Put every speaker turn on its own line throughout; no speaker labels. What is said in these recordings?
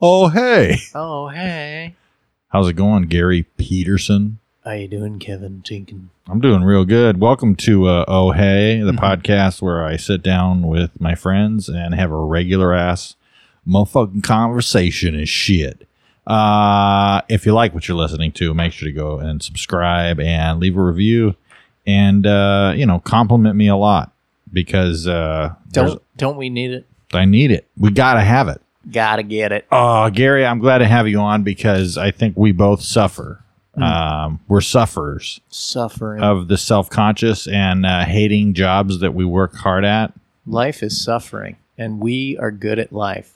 Oh, hey.
Oh, hey.
How's it going, Gary Peterson?
How you doing, Kevin Tinkin?
I'm doing real good. Welcome to uh, Oh Hey, the
Mhm.
podcast where I sit down with my friends and have a regular ass motherfucking conversation and shit. Uh, if you like what you're listening to, make sure to go and subscribe and leave a review and, uh, you know, compliment me a lot because uh, there's-
Don't don't we need it?
I need it. We got to have it.
Gotta get it.
Uh, Gary, I'm glad to have you on because I think we both suffer.
Mm.
Um, we're sufferers
Suffering.
of the self conscious and uh, hating jobs that we work hard at.
life is suffering, and we are good at life.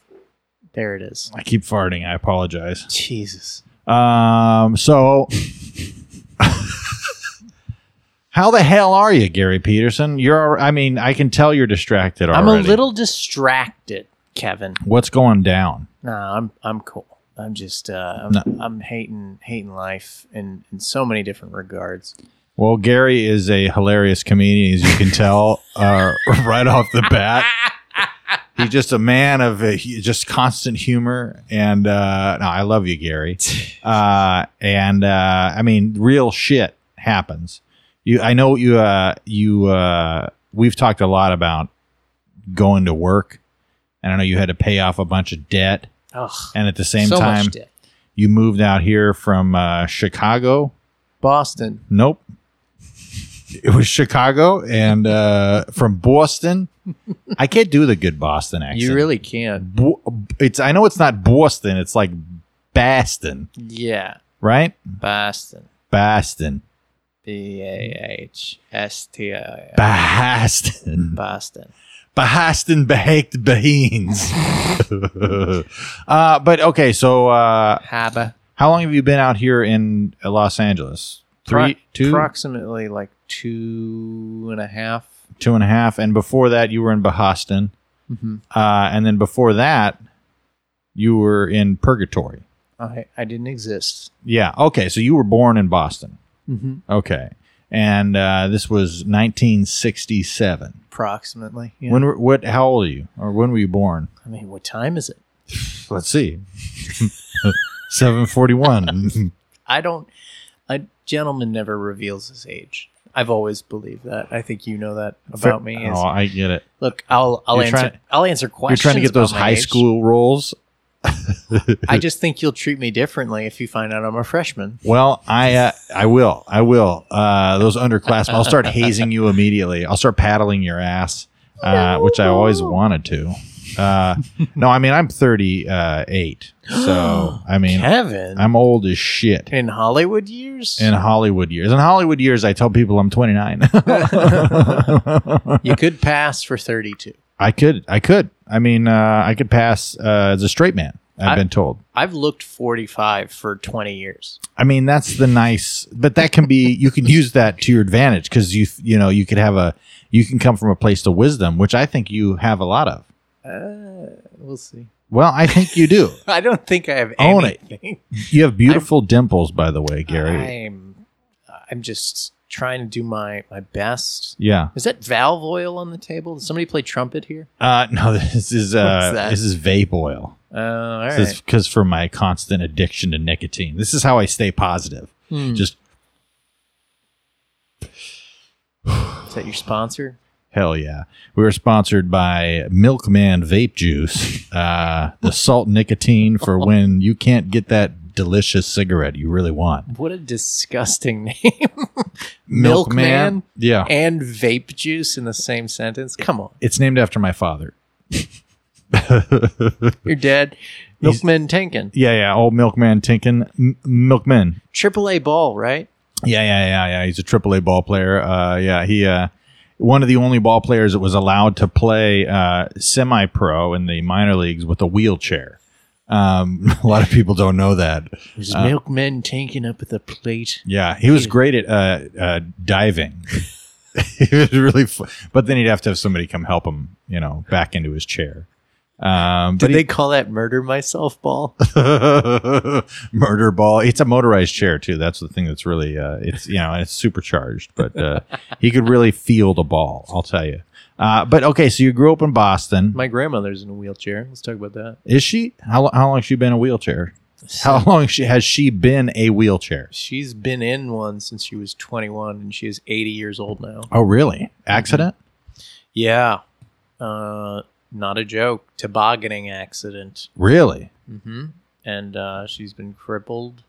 There it is.
I keep farting. I apologize.
Jesus.
Um, so, how the hell are you, Gary Peterson? You're, I mean, I can tell you're distracted already.
I'm a little distracted, Kevin.
What's going down?
No, I'm I'm cool. I'm just uh, I'm,
No.
I'm hating hating life in in so many different regards.
Well, Gary is a hilarious comedian, as you can tell uh, right off the bat. He's just a man of uh, he- just constant humor, and uh, no, I love you, Gary. Uh, and uh, I mean, real shit happens. You, I know you. Uh, you, uh, we've talked a lot about going to work, and I know you had to pay off a bunch of debt,
Ugh,
and at the same
so
time,
much dick.
you moved out here from uh, Chicago.
Boston.
Nope. It was Chicago and uh, from Boston. I can't do the good Boston accent.
You really can.
Bo- it's I know it's not Boston. It's like Baston,
Yeah,
right?
Boston.
Baston,
B A H S T I.
Baston,
Boston.
Baston, baked beans. uh, but okay, so uh,
Haba.
how long have you been out here in uh, Los Angeles? Three, two,
approximately like two and a half.
two and a half, and before that, you were in Bahaston.
Mhm.
Uh, and then before that, you were in purgatory.
I I didn't exist.
Yeah. Okay. So you were born in Boston.
Mm-hmm.
Okay. And uh, this was 1967.
Approximately. Yeah.
When were, what? How old are you? Or when were you born?
I mean, what time is it?
Let's see. 741.
I don't. A gentleman never reveals his age. I've always believed that. I think you know that about me. is-
Oh, I get it.
look, I'll I'll
You're
answer
trying-
I'll answer
You're
questions.
trying to get those
about my
high
age.
school roles.
I just think you'll treat me differently if you find out I'm a freshman.
Well, I uh, I will. I will. Uh, those underclassmen. I'll start hazing you immediately. I'll start paddling your ass, uh, which I always wanted to. Uh, no, I mean I'm 38, so I mean
Kevin
I'm old as shit.
in Hollywood years.
In Hollywood years, in Hollywood years, I tell people I'm 29.
you could pass for 32.
I could, I could. I mean, uh, I could pass uh, as a straight man. I've
I-
been told.
I've looked 45 for 20 years.
I mean, that's the nice, but that can be you can use that to your advantage because you you know you could have a you can come from a place to wisdom, which I think you have a lot of.
Uh, we'll see.
Well, I think you do.
I don't think I have
Own it.
anything.
You have beautiful dimples, by the way, Gary.
I'm, I'm just trying to do my, my best.
yeah.
Is that valve oil on the table? Did somebody play trumpet here?
Uh, no, this is
What's
uh,
that?
this is vape oil.
Oh, all right.
This is because for my constant addiction to nicotine, this is how I stay positive.
Hmm.
Just
Is that your sponsor?
Hell yeah. We were sponsored by Milkman Vape Juice, uh, the salt nicotine for when you can't get that delicious cigarette you really want.
What a disgusting name. Milkman?
Yeah.
and vape juice in the same sentence? Come on.
It's named after my father.
You're dead.
He's-
Milkman Tankin.
Yeah, yeah. Old Milkman Tinkin. M- Milkman.
Triple A ball, right?
Yeah, yeah, yeah, yeah. He's a AAA ball player. Uh, yeah, he uh, one of the only ball players that was allowed to play uh, semi-pro in the minor leagues with a wheelchair. Um, a lot of people don't know that.
Is
Uh,
Milkman Tankin up at the plate?
Yeah, he was great at uh, uh, diving. he was really, fu- but then he'd have to have somebody come help him, you know, back into his chair. Um,
Did
but
they call that murder myself ball?
murder ball. It's a motorized chair too. That's the thing that's really uh, it's you know and it's supercharged, but uh, he could really field a ball. I'll tell you. Uh, but okay, so you grew up in Boston.
My grandmother's in a wheelchair. Let's talk about that.
Is she? How, how long has she been in a wheelchair? How long she, has she been a wheelchair?
She's been in one since she was 21, and she is 80 years old now.
Oh, really? Accident?
Yeah, uh, not a joke. Tobogganing accident.
Really?
hmm And uh, she's been crippled,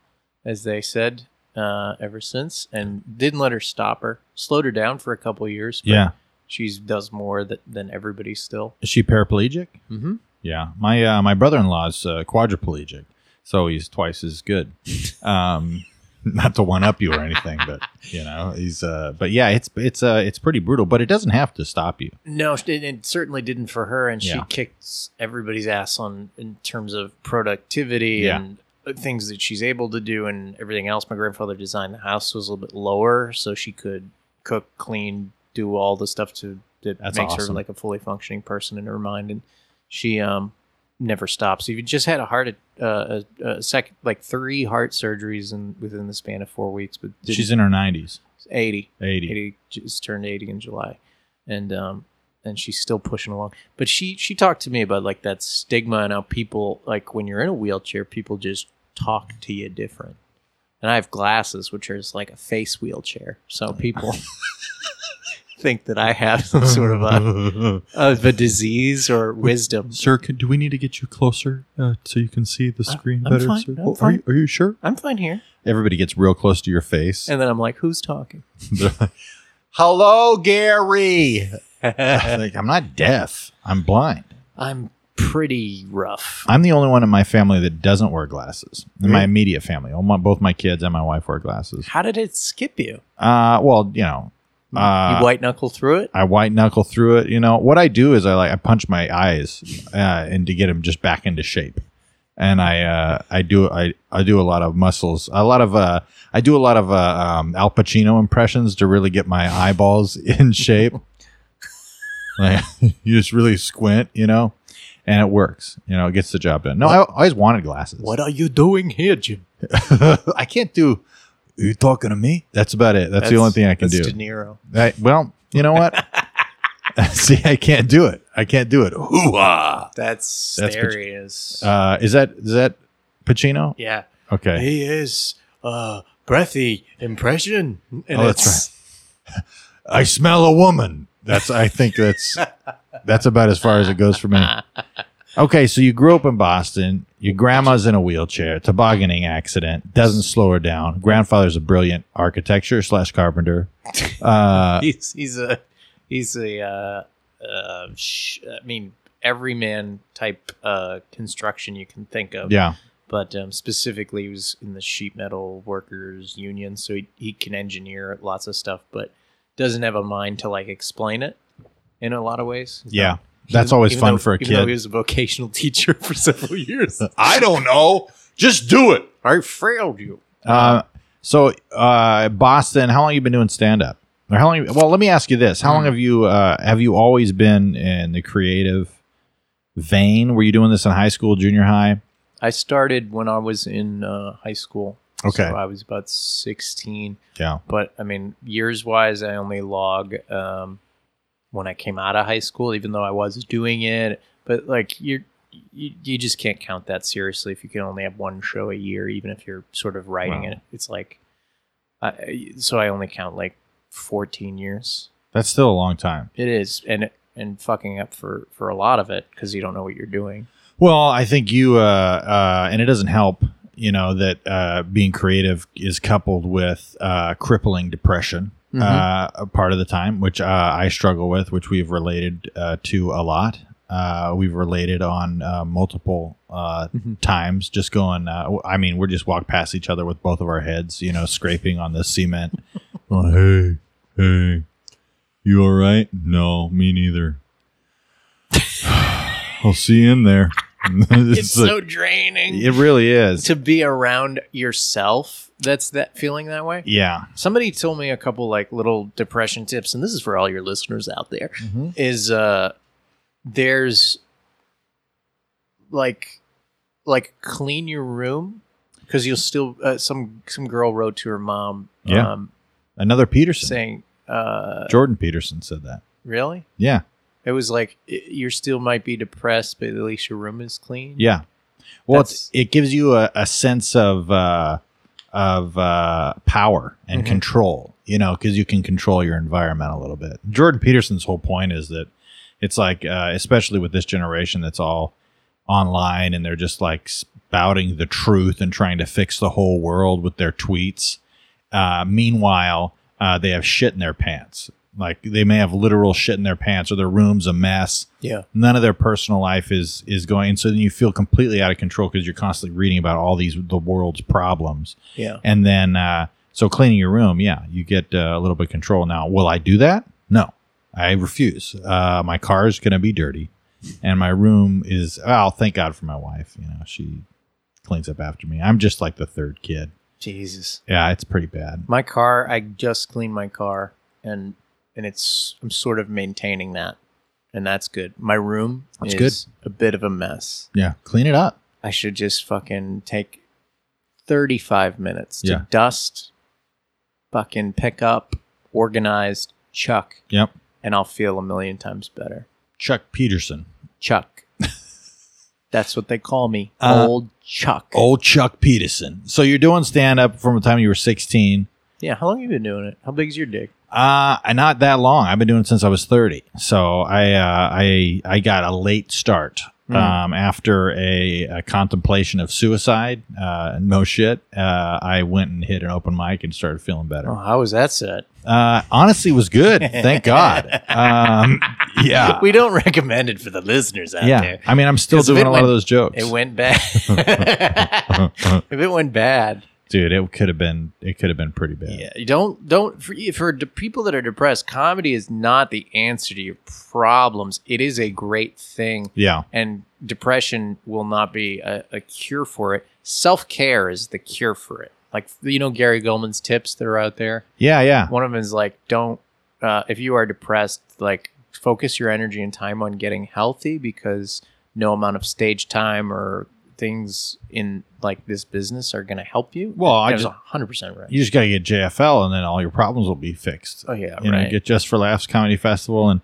as they said, uh, ever since, and didn't let her stop her. Slowed her down for a couple years. but
Yeah.
she's does more that, than everybody still.
Is she paraplegic?
Mm-hmm.
Yeah, my uh, my brother in law's uh, quadriplegic, so he's twice as good. Um, not to one up you or anything, but you know he's. Uh, but yeah, it's it's uh, it's pretty brutal, but it doesn't have to stop you.
No, it, it certainly didn't for her, and she
Yeah.
kicks everybody's ass on in terms of productivity
Yeah.
and uh, things that she's able to do and everything else. My grandfather designed the house was a little bit lower, so she could cook, clean, do all the stuff to that
That's
makes her
awesome.
like a fully functioning person in her mind, and she um never stops. She just had a heart uh, a, a second like three heart surgeries in within the span of four weeks, but didn't-
She's in her nineties,
80.
eighty.
80 just turned 80 in July and um and she's still pushing along but she she talked to me about like that stigma and how people like when you're in a wheelchair people just talk to you different and I have glasses which are just like a face wheelchair so people think that I have some sort of uh, a, of a disease or wisdom
Sir, can, do we need to get you closer uh, so you can see the screen
I'm
better?
fine,
sir?
I'm
Oh, are,
fine.
you, are you sure?
I'm fine here
Everybody gets real close to your face.
and then I'm like who's talking
Hello, Gary. I'm like, I'm not deaf. I'm blind.
I'm pretty rough
I'm the only one in my family that doesn't wear glasses. In my immediate family, all my, both my kids and my wife wear glasses.
how did it skip you
Uh, well, you know, uh,
you white knuckle through it
I white knuckle through it. You know what I do is I like I punch my eyes, uh, and to get them just back into shape. And I uh, I do I, I do a lot of muscles, a lot of uh, I do a lot of uh, um, Al Pacino impressions to really get my eyeballs in shape. like you just really squint, you know, and it works. You know, it gets the job done. No, I, I always wanted glasses.
what are you doing here Jim
I can't do. Are you talking to me? That's about it. That's, the only thing I can
that's
do.
De Niro
I, well, you know what? See, I can't do it. I can't do it. Hoo-ah.
That's,
That's
there
Pac-
he is.
Uh, is that is that Pacino?
yeah,
Okay.
he is a breathy impression, and
Oh, that's
it's
I smell a woman. That's I think that's that's about as far as it goes for me. Okay, so you grew up in Boston. Your grandma's in a wheelchair. Tobogganing accident doesn't slow her down. Grandfather's a brilliant architecture slash carpenter. Uh,
he's he's a he's a uh, uh, sh- I mean everyman type uh, construction you can think of.
yeah,
But um, specifically, he was in the sheet metal workers union, so he, he can engineer lots of stuff, but doesn't have a mind to like explain it in a lot of ways.
yeah.
Even-
That's always
even
fun
though-
for a
even though
kid. Uh,
he was a vocational teacher for several years.
I don't know. Just do it.
I failed you.
Uh, so uh, Boston, how long you been doing stand up? Or how long? Well, let me ask you this: How long have you uh, have you always been in the creative vein? Were you doing this in high school, junior high?
I started when I was in uh, high school.
Okay.
So I was about 16.
Yeah.
But I mean, years wise, I only log um, when I came out of high school, even though I was doing it. But like, you're, you, you just can't count that seriously if you can only have one show a year, even if you're sort of writing
Wow.
it. It's like, I, so I only count like 14 years.
That's still a long time.
It is. And, and fucking up for, for a lot of it because you don't know what you're doing.
Well, I think you, uh, uh, and it doesn't help, you know, that uh, being creative is coupled with uh, crippling depression
Mm-hmm.
uh, a part of the time, which uh, I struggle with, which we've related uh, to a lot. Uh, we've related on uh, multiple uh,
Mm-hmm.
Mhm.
times, just going, uh, w- I mean, we're just walk past each other with both of our heads, you know, scraping on the cement.
Oh, hey, hey, you all right? No, me neither. I'll see you in there.
It's
it's
like-
so draining.
it really is.
to be around yourself that's that feeling that way
Yeah.
somebody told me a couple like little depression tips and this is for all your listeners out there
Mm-hmm.
is uh there's like like clean your room because you'll still uh, some some girl wrote to her mom
Yeah.
um,
Another Peterson.
saying uh
Jordan Peterson said that.
really
Yeah.
It was like you still might be depressed, but at least your room is clean.
Yeah. Well,
That's-
it's, it gives you a, a sense of uh, of uh, power and
Mhm.
control, you know, because you can control your environment a little bit. Jordan Peterson's whole point is that it's like, uh, especially with this generation that's all online and they're just like spouting the truth and trying to fix the whole world with their tweets. Uh, meanwhile, uh, they have shit in their pants. Like they may have literal shit in their pants, or their room's a mess
Yeah.
none of their personal life is is going and so then you feel completely out of control because you're constantly reading about all these the world's problems
Yeah.
and then uh so cleaning your room yeah you get uh, a little bit of control now will i do that no i refuse uh my car is gonna be dirty and my room is well thank god for my wife you know she cleans up after me i'm just like the third kid
Jesus.
yeah it's pretty bad
My car, I just cleaned my car and and it's I'm sort of maintaining that. And that's good. My room
That's
is a bit of a mess.
yeah clean it up
I should just fucking take 35 minutes to
Yeah.
dust, fucking pick up, organized, chuck,
yep
and I'll feel a million times better.
chuck peterson
Chuck. That's what they call me.
Uh,
old Chuck.
old chuck peterson so you're doing stand up from the time you were 16
Yeah, how long you been doing it? How big's your dick?
Uh, not that long. I've been doing it since I was 30. So I, uh, I, I got a late start.
Mm.
Um, after a, a contemplation of suicide, uh, no shit, uh, I went and hit an open mic and started feeling better.
Oh, how was that set?
Uh, honestly, it was good. Thank God. Um, yeah.
we don't recommend it for the listeners out
Yeah.
there.
I mean, I'm still
'Cause if
doing
it
a lot of
went-
those jokes. Uh,
It went bad. if it went bad,
Dude, it could have been, it could have been pretty bad.
yeah. You don't don't for, for de- people that are depressed. Comedy is not the answer to your problems. It is a great thing,
Yeah.
and depression will not be a, a cure for it. Self care is the cure for it. Like you know Gary Goldman's tips that are out there.
Yeah. Yeah.
One of them is like, don't, uh, if you are depressed, like focus your energy and time on getting healthy because no amount of stage time or things in like this business are going to help you.
Well, I
That was
just-
100% right.
You just got to get JFL and then all your problems will be fixed.
oh, yeah,
you know,
right.
get Just for Laughs Comedy Festival, and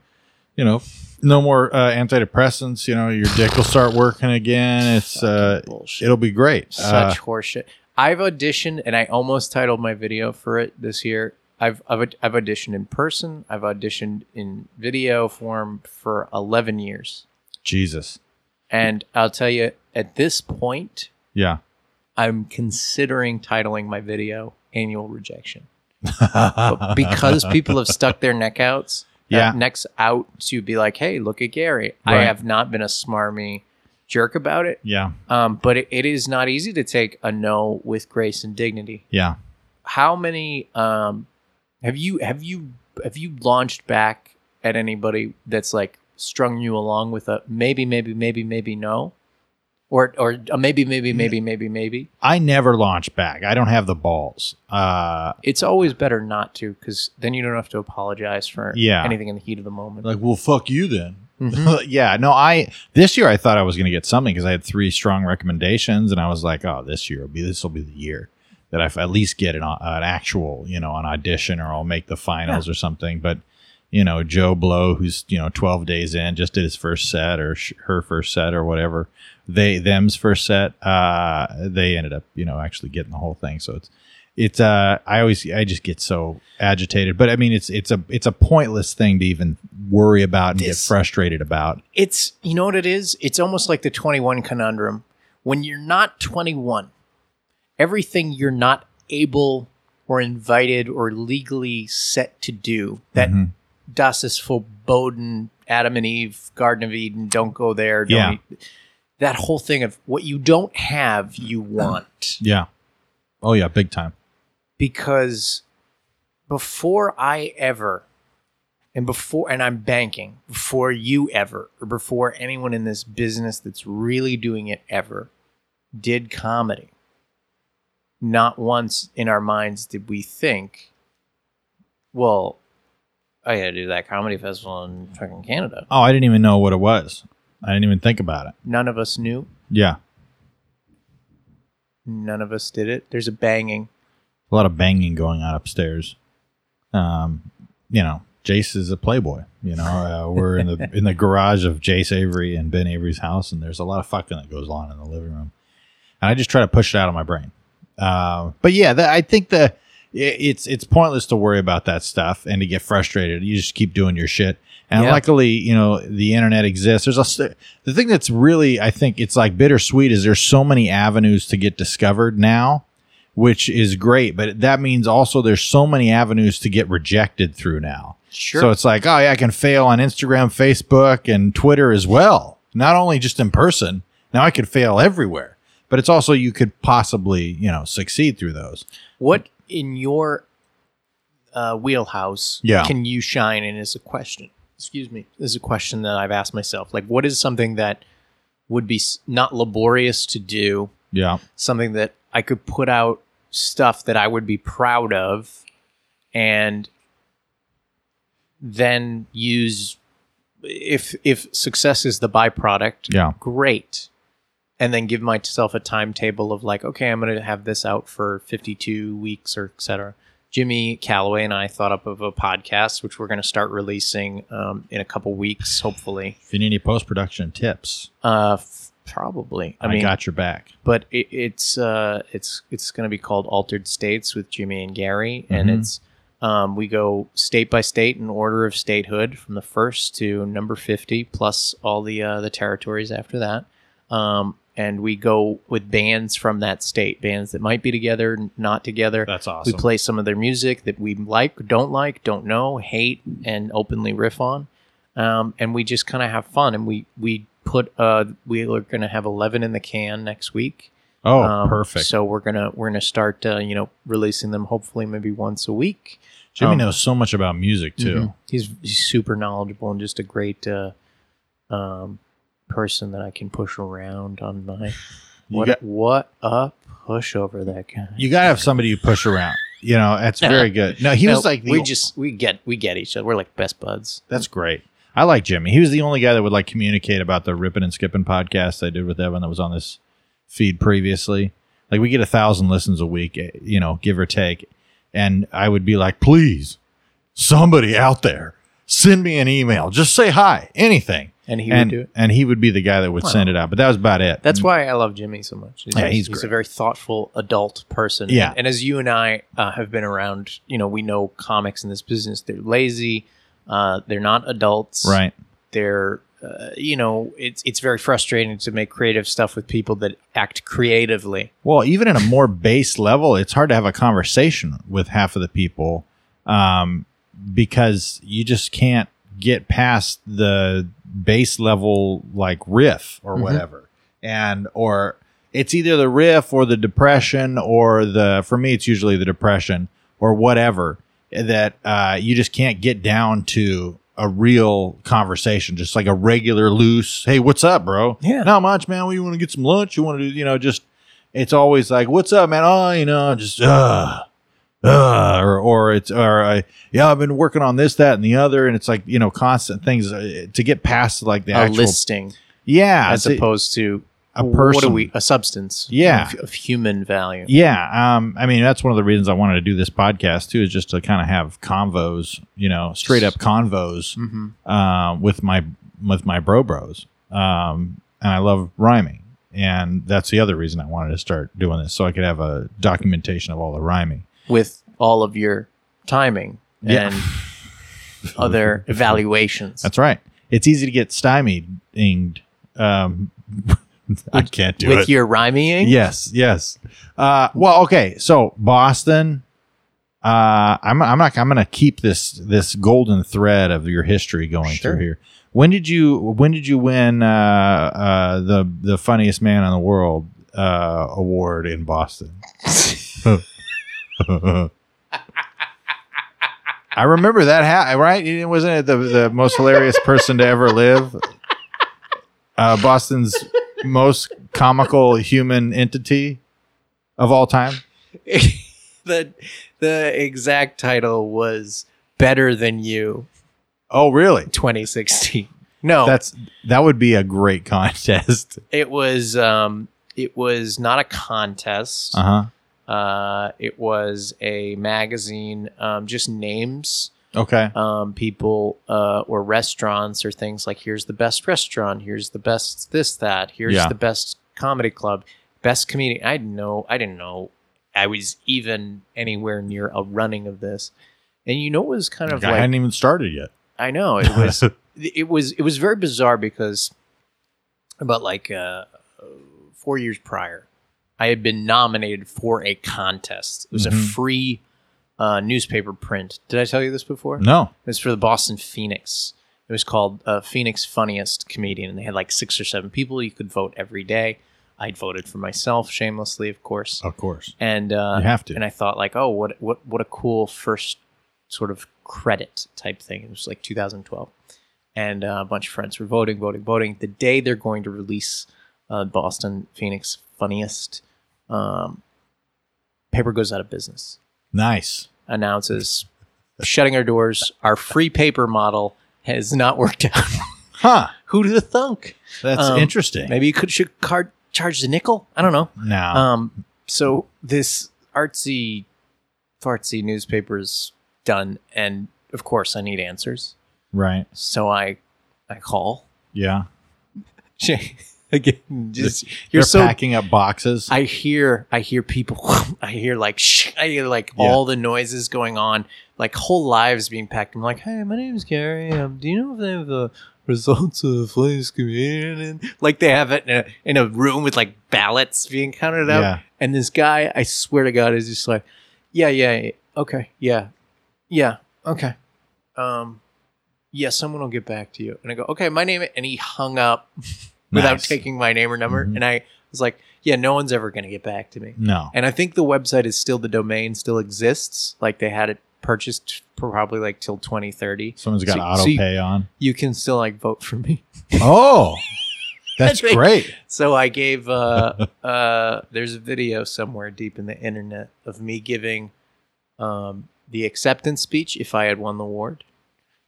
you know, no more uh, antidepressants. You know, your dick will start working again. It's uh,
Fucking bullshit.
it'll be great. Uh,
Such horseshit. I've auditioned and I almost titled my video for it this year. I've, I've, aud- I've auditioned in person, I've auditioned in video form for 11 years.
Jesus,
And I'll tell you, at this point,
yeah,
I'm considering titling my video "Annual Rejection" But because people have stuck their neck outs, uh,
Yeah.
necks out to be like, "Hey, look at Gary." I
Right.
have not been a smarmy jerk about it,
yeah,
um, but it, it is not easy to take a no with grace and dignity.
yeah.
How many um, have you have you have you launched back at anybody that's like strung you along with a maybe, maybe, maybe, maybe no, or or a maybe, maybe, maybe, maybe, maybe?
I never launch back. I don't have the balls. Uh,
it's always better not to because then you don't have to apologize for
Yeah.
anything in the heat of the moment.
like, well, fuck you then.
Mhm.
yeah, no. I this year I thought I was going to get something because I had three strong recommendations, and I was like, oh, this year will be this will be the year that I f- at least get an, au- an actual, you know, an audition, or I'll make the finals or something. But you know, Joe Blow, who's you know twelve days in, just did his first set or sh- her first set or whatever. They them's first set. Uh, they ended up you know actually getting the whole thing. So it's it's uh I always I just get so agitated. But I mean it's it's a it's a pointless thing to even worry about and
This-
get frustrated about.
it's you know what it is. It's almost like the twenty one conundrum. When you're not twenty one, everything you're not able or invited or legally set to do that
Mhm.
Das ist verboten, Adam and Eve, Garden of Eden, don't go there. Don't
Yeah.
eat- That whole thing of what you don't have, you want.
Yeah. Oh yeah, big time.
because before I ever and before and I'm banking before you ever or before anyone in this business that's really doing it ever did comedy not once in our minds did we think well I got to do that comedy festival in fucking Canada
Oh, I didn't even know what it was. I didn't even think about it.
none of us knew
Yeah.
none of us did it there's a banging
A lot of banging going on upstairs. Um, you know, Jace is a playboy. You know, uh, we're in the in the garage of Jace Avery and Ben Avery's house, and there's a lot of fucking that goes on in the living room, and I just try to push it out of my brain. Uh, but yeah, that, I think the i- it's it's pointless to worry about that stuff and to get frustrated. You just keep doing your shit. And
Yeah.
luckily, you know, the internet exists. There's a s- the thing that's really I think it's like bittersweet is there's so many avenues to get discovered now which is great. But that means also there's so many avenues to get rejected through now.
Sure.
So it's like, oh yeah, I can fail on Instagram, Facebook, and Twitter as well. Not only just in person. Now I could fail everywhere. But it's also you could possibly, you know, succeed through those.
what in your uh, wheelhouse
Yeah.
can you shine in is a question excuse me is a question that i've asked myself like what is something that would be s- not laborious to do
Yeah.
something that i could put out stuff that i would be proud of and then use if if success is the byproduct
Yeah.
great and then give myself a timetable of like okay i'm going to have this out for 52 weeks or etc jimmy calloway and i thought up of a podcast which we're going to start releasing um, in a couple weeks hopefully
If you need any post production tips,
uh, f- probably i,
I,
mean
got your back.
but it, it's uh, it's it's going to be called altered states with jimmy and gary and
Mhm.
it's um, we go state by state in order of statehood from the first to number 50 plus all the uh, the territories after that um, and we go with bands from that state bands that might be together n- not together
That's
we
awesome.
play some of their music that we like, don't like, don't know, hate, and openly riff on. Um, and we just kind of have fun. And we we put uh, we are going to have eleven in the can next week.
oh,
Um,
perfect.
So we're gonna we're gonna start uh, you know releasing them hopefully maybe once a week.
Jimmy
um,
knows so much about music too.
Mhm. He's, he's super knowledgeable and just a great uh, um, person that I can push around on my.
You
What
got-
what a pushover that guy.
You gotta have somebody you push around. You know, that's very good. No, he
No,
was like the
we just we get we get each other. We're like best buds.
That's great. I like Jimmy. He was the only guy that would like communicate about the ripping and skipping podcast I did with Evan that was on this feed previously. Like we get a thousand listens a week, eh, you know, give or take. And I would be like, please, somebody out there, send me an email. Just say hi, anything.
And he
and
would do it.
and he would be the guy that would
Wow.
send it out. But that was about it.
That's why I love Jimmy so much.
Mm. Yeah, he's
he's a
great.
very thoughtful adult person.
Yeah.
And as you and I uh, have been around, you know, we know comics in this business. They're lazy. Uh, they're not adults.
right.
They're, uh, you know, it's it's very frustrating to make creative stuff with people that act creatively.
Well, even at a more base level, it's hard to have a conversation with half of the people um, because you just can't get past the base level like riff or
Mhm.
whatever, and or it's either the riff or the depression or the for me it's usually the depression or whatever that uh, you just can't get down to a real conversation just like a regular loose hey what's up bro
Yeah.
not much man well, you want to get some lunch you want to do you know just it's always like, "What's up, man?" Oh, you know, just uh, uh, or or it's or I yeah, I've been working on this, that, and the other, and it's like you know, constant things uh, to get past like the
A
actual
listing
yeah,
as
to-
opposed to
a
What are
person.
we? A substance.
Yeah.
Of, of human value.
yeah, um, I mean that's one of the reasons I wanted to do this podcast too, is just to kind of have convos, you know, straight up convos
Mm-hmm.
um, with my with my bro bros, um, and I love rhyming, and that's the other reason I wanted to start doing this, so I could have a documentation of all the rhyming.
With all of your timing
Yeah.
and other evaluations.
That's right. It's easy to get stymied. inged. Um, I can't do
with
it.
your rhyming.
yes, yes. Uh, well, okay. So Boston. Uh, I'm I'm not I'm gonna keep this this golden thread of your history going
Sure.
through here. When did you when did you win uh, uh, the the funniest man in the world uh, award in Boston? I remember that ha- right. It wasn't it the the most hilarious person to ever live. Uh, Boston's most comical human entity of all time.
the the exact title was Better Than You
Oh, really?
2016. No,
That's that would be a great contest.
it was um it was not a contest.
Uh huh.
Uh, it was a magazine, um, just names
Okay.
um, people uh, or restaurants or things like here's the best restaurant, here's the best this that, here's
Yeah.
the best comedy club, best comedian. I didn't know, I didn't know I was even anywhere near a running of this. And you know, it was kind of
I
like
hadn't even started yet.
I know it was it was it was very bizarre because about like uh, four years prior, I had been nominated for a contest. It was a
Mhm.
free uh, newspaper print. Did I tell you this before?
no.
It was for the Boston Phoenix. It was called uh, Phoenix Funniest Comedian, and they had like six or seven people. You could vote every day. I'd voted for myself, shamelessly, of course.
Of course.
And uh,
you have to.
and I thought like, oh, what what what a cool first sort of credit type thing. It was like 2012, and uh, a bunch of friends were voting, voting, voting. The day they're going to release uh, Boston Phoenix Funniest, um, paper goes out of business.
nice.
Announces shutting our doors. Our free paper model has not worked out.
Huh.
Who to the thunk?
That's
Um,
interesting.
Maybe you could should card charge the nickel. I don't know.
now.
Um, so this artsy, fartsy newspaper's done, and of course I need answers.
right.
So I, I call.
Yeah.
Jay, Again, just
You're
you're
They're
so.
packing up boxes.
I hear, I hear people. I hear like, sh- I hear like
Yeah.
all the noises going on, like whole lives being packed. I'm like, hey, my name's Gary. Um, do you know if they have the results of the Flames comedian? And like they have it in a, in a room with like ballots being counted out.
yeah.
And this guy, I swear to God, is just like, yeah, yeah, yeah, okay, yeah, yeah, okay, um, yeah, someone will get back to you. And I go, okay, my name, and he hung up without
Nice.
taking my name or number.
Mhm.
And I was like, yeah, no one's ever gonna get back to me.
No.
And I think the website is still the domain still exists. Like they had it purchased probably like till 2030.
Someone's got
So-
auto
so you-
pay on.
You can still like vote for me.
Oh. That's
That's right.
great.
So I gave uh uh there's a video somewhere deep in the internet of me giving um the acceptance speech if I had won the award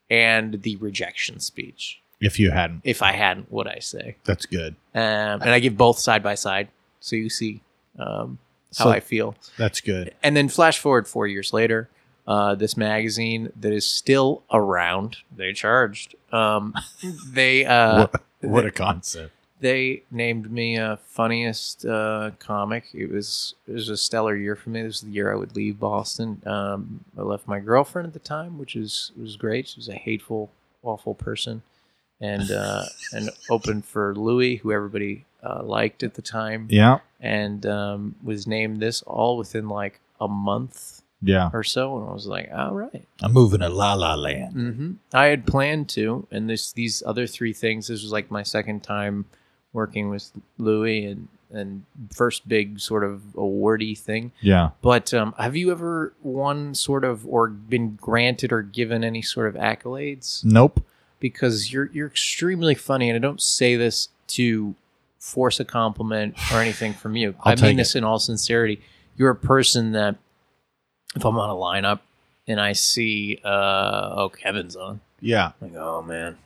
and the rejection speech
If you hadn't.
if I hadn't would I say.
That's good.
Um and I give both side by side so you see um how
So-
I feel.
That's good.
And then flash forward 4 years later uh, this magazine that is still around, they charged. Um, they uh,
What a concept.
they named me a funniest uh, comic. It was it was a stellar year for me. This was the year I would leave Boston. Um, I left my girlfriend at the time, which is was great. She was a hateful, awful person, and uh, and opened for Louis, who everybody uh, liked at the time,
Yeah.
and um, was named this all within like a month
Yeah.
or so. And I was like, all right.
I'm moving to La La Land.
Mm-hmm. I had planned to, and this these other three things. This was like my second time working with Louis, and and first big sort of awardy thing.
Yeah.
But um, have you ever won sort of or been granted or given any sort of accolades?
Nope.
Because you're you're extremely funny, and I don't say this to force a compliment or anything from you.
I'll
I mean
take
this in all sincerity. You're a person that if I'm on a lineup and I see uh, oh Kevin's on.
Yeah.
Like, oh man,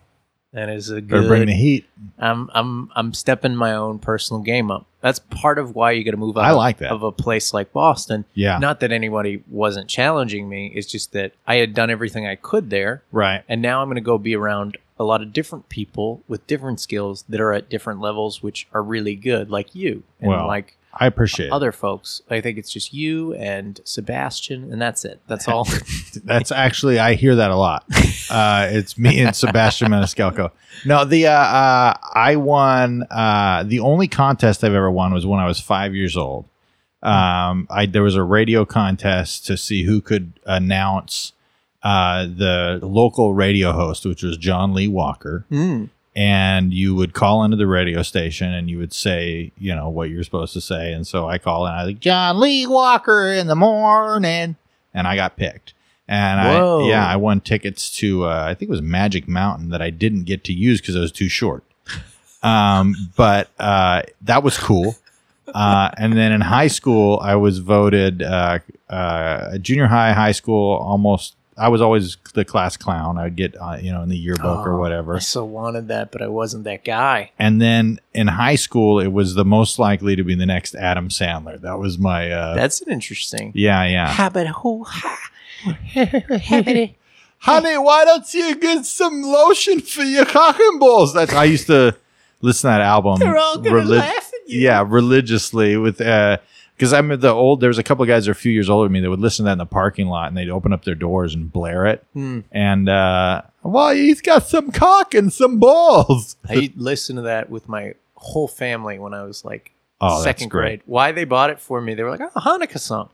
that is a
Better bring
good.
the heat.
I'm I'm I'm stepping my own personal game up. That's part of why you got to move out
I like that.
of a place like Boston.
Yeah.
Not that anybody wasn't challenging me. It's just that I had done everything I could there,
Right.
and now I'm going to go be around a lot of different people with different skills that are at different levels, which are really good, like you and
Well,
like
I appreciate it.
other folks. I think it's just you and Sebastian, and that's it. That's all.
That's actually I hear that a lot. Uh, it's me and Sebastian Maniscalco. No, the uh, uh, I won uh, the only contest I've ever won was when I was five years old. Um, I there was a radio contest to see who could announce uh, the local radio host, which was John Lee Walker
Mm.
and you would call into the radio station and you would say, you know, what you're supposed to say. And so I call and I was like John Lee Walker in the morning, and I got picked. And
Whoa.
I yeah, I won tickets to uh, I think it was Magic Mountain that I didn't get to use because I was too short. Um, but uh, that was cool. Uh, and then in high school, I was voted uh, uh, junior high, high school, almost. I was always the class clown. I'd get, uh, you know, in the yearbook or
Oh,
whatever.
I so wanted that, but I wasn't that guy.
And then in high school, it was the most likely to be the next Adam Sandler. That was my, uh,
That's an interesting.
yeah, yeah.
Habit hoo ha. Habit
honey, why don't you get some lotion for your cock and balls? That's I used to listen to that album. relig-
at
yeah, religiously with uh because I'm the old there was a couple of guys that are a few years older than me that would listen to that in the parking lot and they'd open up their doors and blare it.
Mm.
And uh well he's got some cock and some balls.
I listened to that with my whole family when I was like
Oh, that's
second
great.
grade. Why they bought it for me? They were like, "Oh, Hanukkah song,"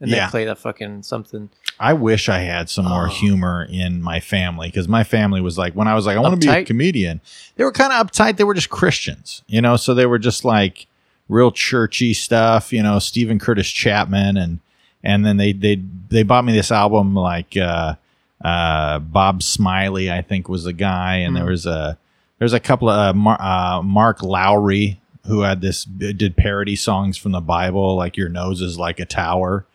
and
Yeah.
they play that fucking something.
I wish I had some more
Oh.
humor in my family because my family was like, when I was like, I want to be a
Uptight?
comedian, they were kind of uptight. They were just Christians, you know, so they were just like real churchy stuff, you know, Stephen Curtis Chapman. And, and then they, they, they bought me this album, like, uh, uh, Bob Smiley, I think was the guy. And there
Mm.
was a, there's a couple of uh, Mar- uh, Mark Lowry who had this, did parody songs from the Bible, like your nose is like a tower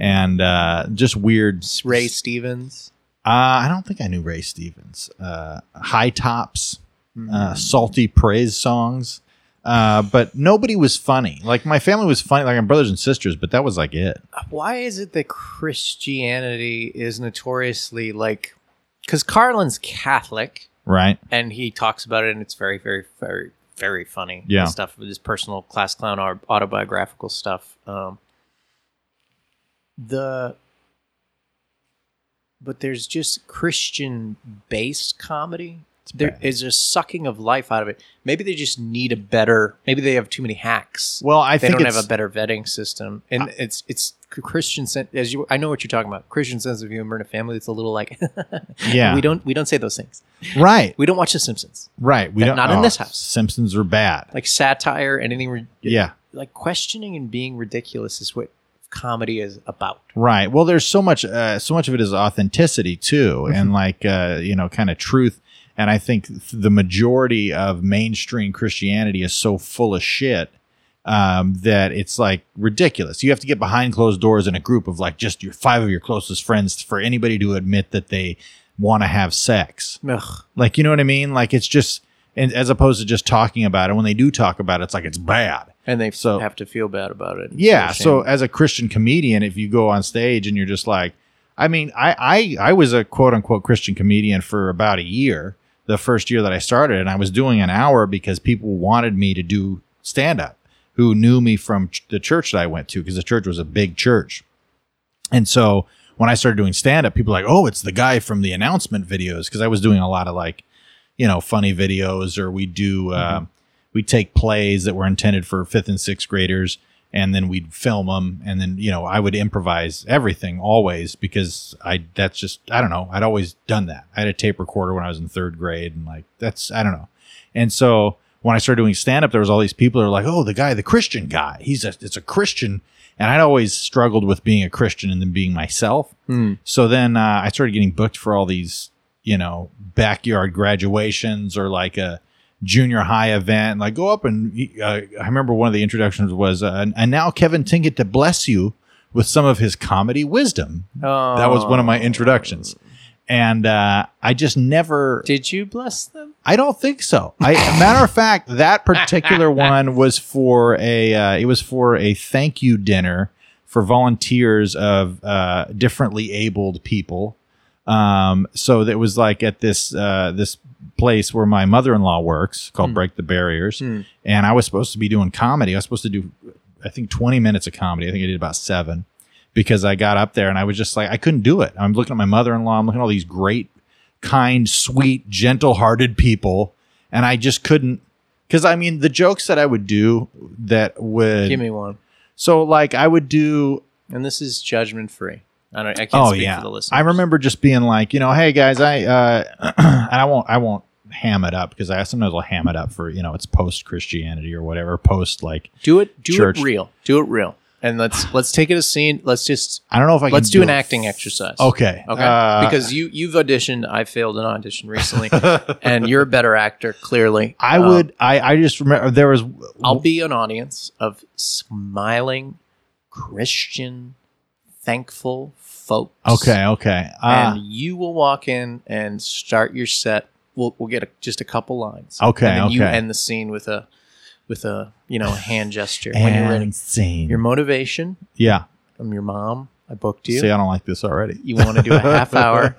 and, uh, just weird
Ray Stevens.
uh, I don't think I knew Ray Stevens. Uh, high tops, uh, salty praise songs. Uh, but nobody was funny. Like my family was funny, like my brothers and sisters, but that was like it.
Why is it that Christianity is notoriously like? Because Carlin's Catholic,
Right.
and he talks about it, and it's very, very, very, very funny.
Yeah.
the stuff with his personal class clown au- autobiographical stuff. Um, the but there's just Christian based comedy. There
bad.
is a sucking of life out of it. Maybe they just need a better. Maybe they have too many hacks.
Well, I
they
think
don't
it's,
have a better vetting system, and it's it's Christian sen- as you. I know what you're talking about. Christian sense of humor in a family that's a little like,
yeah,
we don't we don't say those things.
right,
We don't watch The Simpsons.
right. We
They're
don't
not in this house.
Simpsons are bad.
like satire, anything re-
Yeah,
like questioning and being ridiculous is what comedy is about.
right. Well, there's so much, uh, so much of it is authenticity too, and like uh, you know, kind of truth. And I think the majority of mainstream Christianity is so full of shit um, that it's like ridiculous. You have to get behind closed doors in a group of like just your five of your closest friends for anybody to admit that they want to have sex.
Ugh.
Like, you know what I mean? Like, it's just, and as opposed to just talking about it, when they do talk about it, it's like it's bad.
And they
So-
have to feel bad about it. It's
Yeah.
a shame.
So as a Christian comedian, if you go on stage and you're just like, I mean, I I I was a quote unquote Christian comedian for about a year, the first year that I started, and I was doing an hour because people wanted me to do stand up who knew me from ch- the church that I went to because the church was a big church. And so when I started doing stand up, people were like, "Oh, it's the guy from the announcement videos" because I was doing a lot of like, you know, funny videos or we do um, we take plays that were intended for 5th and 6th graders and then we'd film them and then you know i would improvise everything always because i that's just i don't know i'd always done that i had a tape recorder when i was in third grade and like that's i don't know and so when i started doing stand up there was all these people that were like oh the guy the christian guy he's a it's a christian and i'd always struggled with being a christian and then being myself
Hmm.
so then uh, I started getting booked for all these, you know, backyard graduations or like a junior high event. Like go up and uh, I remember one of the introductions was, uh, and now Kevin Tingett to bless you with some of his comedy wisdom.
Oh.
Hmm. That was one of my introductions. And uh, I just never,
Did you bless them?
I don't think so. I, a matter of fact, that particular one was for a, uh, it was for a thank you dinner for volunteers of uh, differently abled people. Um, so that was like at this uh, this place where my mother in law works called
Hmm.
Break the Barriers,
Hmm.
and I was supposed to be doing comedy. I was supposed to do, I think, twenty minutes of comedy. I think I did about seven because I got up there and I was just like I couldn't do it. I'm looking at my mother in law. I'm looking at all these great, kind, sweet, gentle hearted people, and I just couldn't. Because I mean, the jokes that I would do that would
Give me one.
so like I would do
And this is judgment free. I don't. I can't
Oh,
speak
yeah.
for the listeners.
I remember just being like, you know, hey guys, I uh, and I won't I won't ham it up because I sometimes will ham it up for you know it's post Christianity or whatever post like
Do it. Do
Church.
it real. Do it real. And let's let's take it a scene. Let's just
I don't know if I can
let's do an
it.
acting exercise.
Okay,
Okay.
Uh,
because you you've auditioned. I failed an audition recently, and you're a better actor clearly.
I
Um,
would I I just remember there was
I'll be an audience of smiling, Christian, thankful folks.
okay okay uh,
and you will walk in and start your set. We'll we'll get a, just a couple lines.
Okay,
And then you
okay.
end the scene with a with a you know a hand gesture when you're ready.
and scene.
Your motivation.
yeah
I'm your mom. I booked you.
see I don't like this already
you want to do a half hour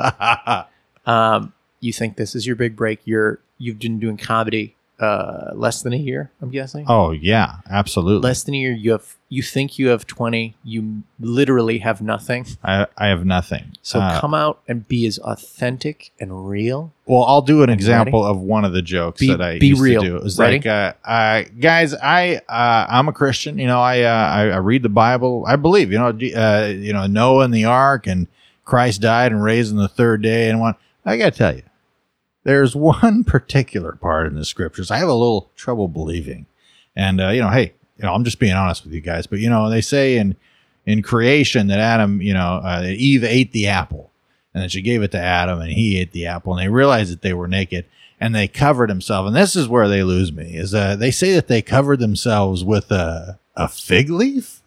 Um, you think this is your big break? You're you've been doing comedy uh, less than a year, I'm guessing.
Oh yeah, absolutely.
Less than a year. You have you think you have 20. You literally have nothing.
I, I have nothing.
So
Uh,
come out and be as authentic and real.
Well, I'll do an
Ready?
example of one of the jokes
Be-
that I
be
used
real.
to do. It was
Ready?
like, uh, uh, guys, I uh, I'm a Christian. You know, I, uh, I I read the Bible. I believe. You know, uh, you know Noah and the Ark, and Christ died and raised on the third day. And one, I gotta tell you, there's one particular part in the scriptures I have a little trouble believing. And uh, you know, hey, you know, I'm just being honest with you guys, but you know, they say in in creation that Adam, you know, uh, that Eve ate the apple, and then she gave it to Adam, and he ate the apple, and they realized that they were naked, and they covered themselves. And this is where they lose me: is uh, they say that they covered themselves with a a fig leaf.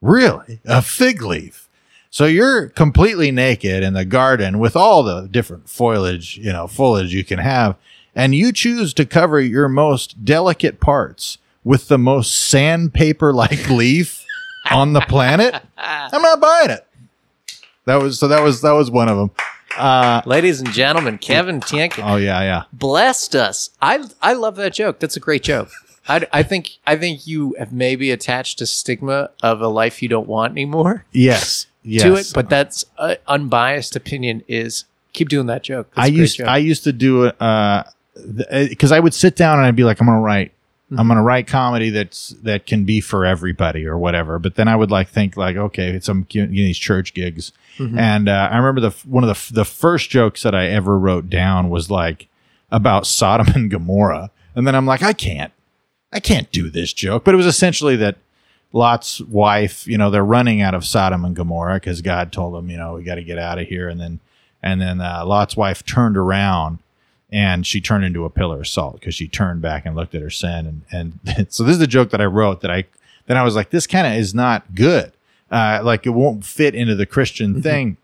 Really, a fig leaf. So you're completely naked in the garden with all the different foliage, you know, foliage you can have, and you choose to cover your most delicate parts with the most sandpaper-like leaf on the planet. I'm not buying it. That was so. That was that was one of them. Uh,
Ladies and gentlemen, Kevin Tienkin
oh yeah, yeah.
blessed us. I I love that joke. That's a great joke. I, I think I think you have maybe attached a stigma of a life you don't want anymore
Yes, yes.
to it, but that's uh, unbiased opinion is keep doing that joke. That's
I
a great
used
joke.
I used to do uh, it because I would sit down and I'd be like, I'm gonna write,
Mm-hmm.
I'm gonna write comedy that's that can be for everybody or whatever. But then I would like think like, okay, it's I'm getting these church gigs,
Mhm.
and uh, I remember the f- one of the f- the first jokes that I ever wrote down was like about Sodom and Gomorrah, and then I'm like, I can't, I can't do this joke. But it was essentially that. Lot's wife, you know, they're running out of Sodom and Gomorrah because God told them, you know, we got to get out of here. And then and then uh, Lot's wife turned around and she turned into a pillar of salt because she turned back and looked at her sin. And, and so this is the joke that I wrote that I then I was like, this kind of is not good. Uh, like it won't fit into the Christian thing.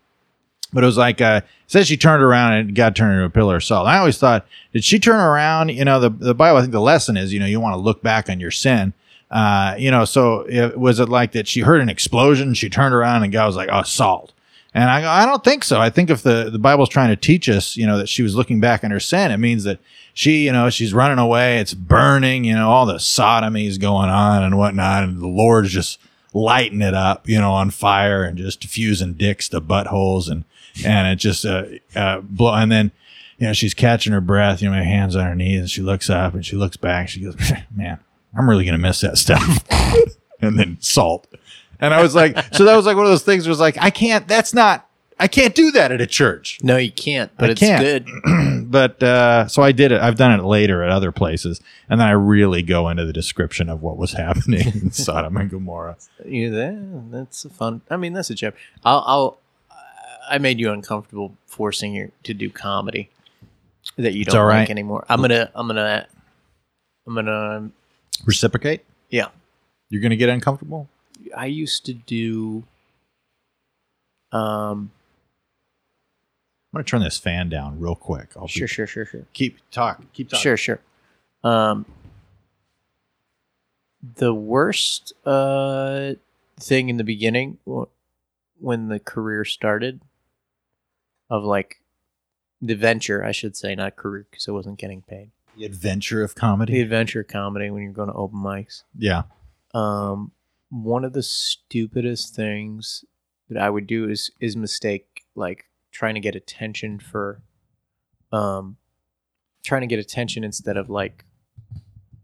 But it was like uh, it says she turned around and God turned her into a pillar of salt. And I always thought, did she turn around? You know, the the Bible. I think the lesson is, you know, you want to look back on your sin. Uh, you know, so it, was it like that? She heard an explosion. She turned around and God was like, oh, salt. And I go, I don't think so. I think if the, the Bible's trying to teach us, you know, that she was looking back on her sin, it means that she, you know, she's running away. It's burning, you know, all the sodomy's going on and whatnot. And the Lord's just lighting it up, you know, on fire and just fusing dicks to buttholes. And, and it just, uh, uh, blow. And then, you know, she's catching her breath, you know, her hands on her knees and she looks up and she looks back. She goes, man, I'm really going to miss that stuff. and then salt. And I was like, so that was like one of those things was like, I can't, that's not, I can't do that at a church.
no, you can't, but
I
it's
can't.
good.
but uh, so I did it. I've done it later at other places. And then I really go into the description of what was happening in Sodom and Gomorrah.
You there? That's a fun. I mean, that's a chapter. I'll, I'll. I made you uncomfortable forcing you to do comedy that you don't
all right.
like anymore. I'm gonna. I'm gonna. I'm gonna.
Reciprocate?
Yeah.
You're going to get uncomfortable?
I used to do. Um.
I'm going to turn this fan down real quick. I'll be-
Sure. Sure. Sure. Sure.
keep talk. Keep talking.
Sure. Sure. Um. The worst uh thing in the beginning wh- when the career started of like the venture, I should say, not career because I wasn't getting paid.
The adventure of
The
comedy.
adventure comedy when you're going to open mics.
Yeah.
Um, one of the stupidest things that I would do is is mistake like trying to get attention for, um, trying to get attention instead of like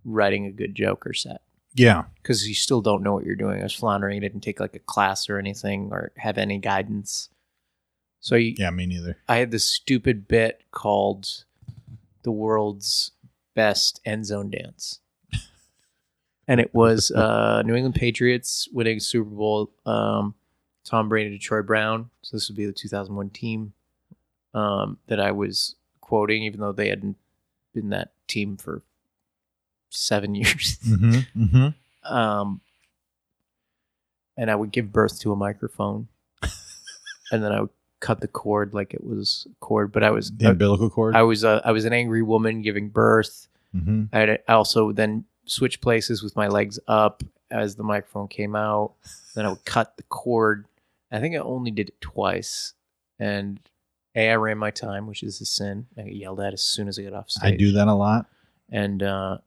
writing a good joke or set
Yeah.
because you still don't know what you're doing. I was floundering. I didn't take like a class or anything or have any guidance. So you,
Yeah, me neither.
I had this stupid bit called the world's best end zone dance. And it was uh, New England Patriots winning Super Bowl. Um, Tom Brady to Troy Brown. So this would be the 2001 team um, that I was quoting, even though they hadn't been that team for seven years.
Mm-hmm. Mm-hmm.
um, and I would give birth to a microphone, and then I would cut the cord like it was cord. But I was
The umbilical cord.
Uh, I was uh, I was an angry woman giving birth.
mm-hmm.
I had- I also then switch places with my legs up as the microphone came out. Then I would cut the cord. I think I only did it twice, and A, I ran my time, which is a sin. I get yelled at as soon as I get off stage.
I do that a lot.
And uh,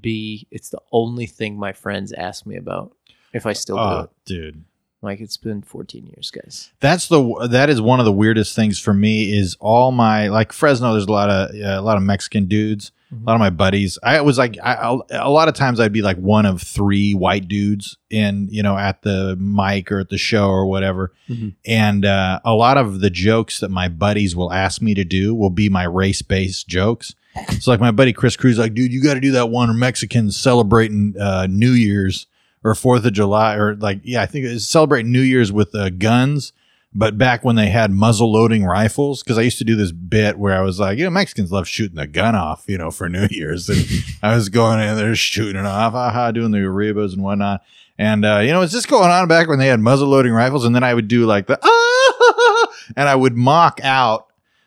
B, it's the only thing my friends ask me about if I still do it.
Oh, dude.
Like it's been 14 years, guys.
That's the that is one of the weirdest things for me is all my like Fresno. There's a lot of uh, a lot of Mexican dudes, a
Mm-hmm.
lot of my buddies. I was like I, I'll- a lot of times I'd be like one of three white dudes in you know at the mic or at the show or whatever,
Mhm.
and uh, a lot of the jokes that my buddies will ask me to do will be my race based jokes. So like my buddy Chris Cruz, like dude, you got to do that one Mexicans celebrating uh, New Year's or Fourth of July or like yeah, I think it's celebrating New Year's with uh, guns. But back when they had muzzle loading rifles, because I used to do this bit where I was like, you know, Mexicans love shooting the gun off, you know, for New Year's, and I was going in there shooting it off, aha, doing the Uribas and whatnot, and uh, you know, it's just going on back when they had muzzle loading rifles, and then I would do like the ah, and I would mock out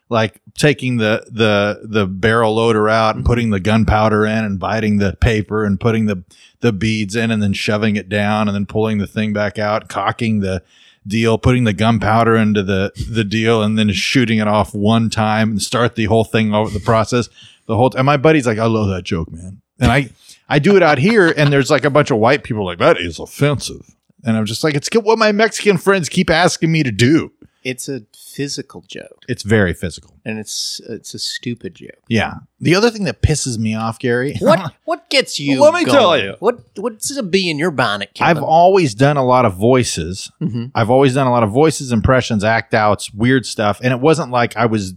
like taking the the the barrel loader out and putting the gunpowder in and biting the paper and putting the the beads in and then shoving it down and then pulling the thing back out, cocking the deal, putting the gunpowder into the the deal and then shooting it off one time and start the whole thing over the process. The whole and my buddy's like, I love that joke, man. And I I do it out here and there's like a bunch of white people like that is offensive. And I'm just like, it's what my Mexican friends keep asking me to do.
It's a physical joke,
It's very physical.
and it's it's a stupid joke.
Yeah. The other thing that pisses me off, Gary.
What what gets you?
Let me
going?
tell you.
What what's a bee in your bonnet?
I've
Kevin?
always done a lot of voices
Mhm.
I've always done a lot of voices, impressions, act outs, weird stuff, and it wasn't like I was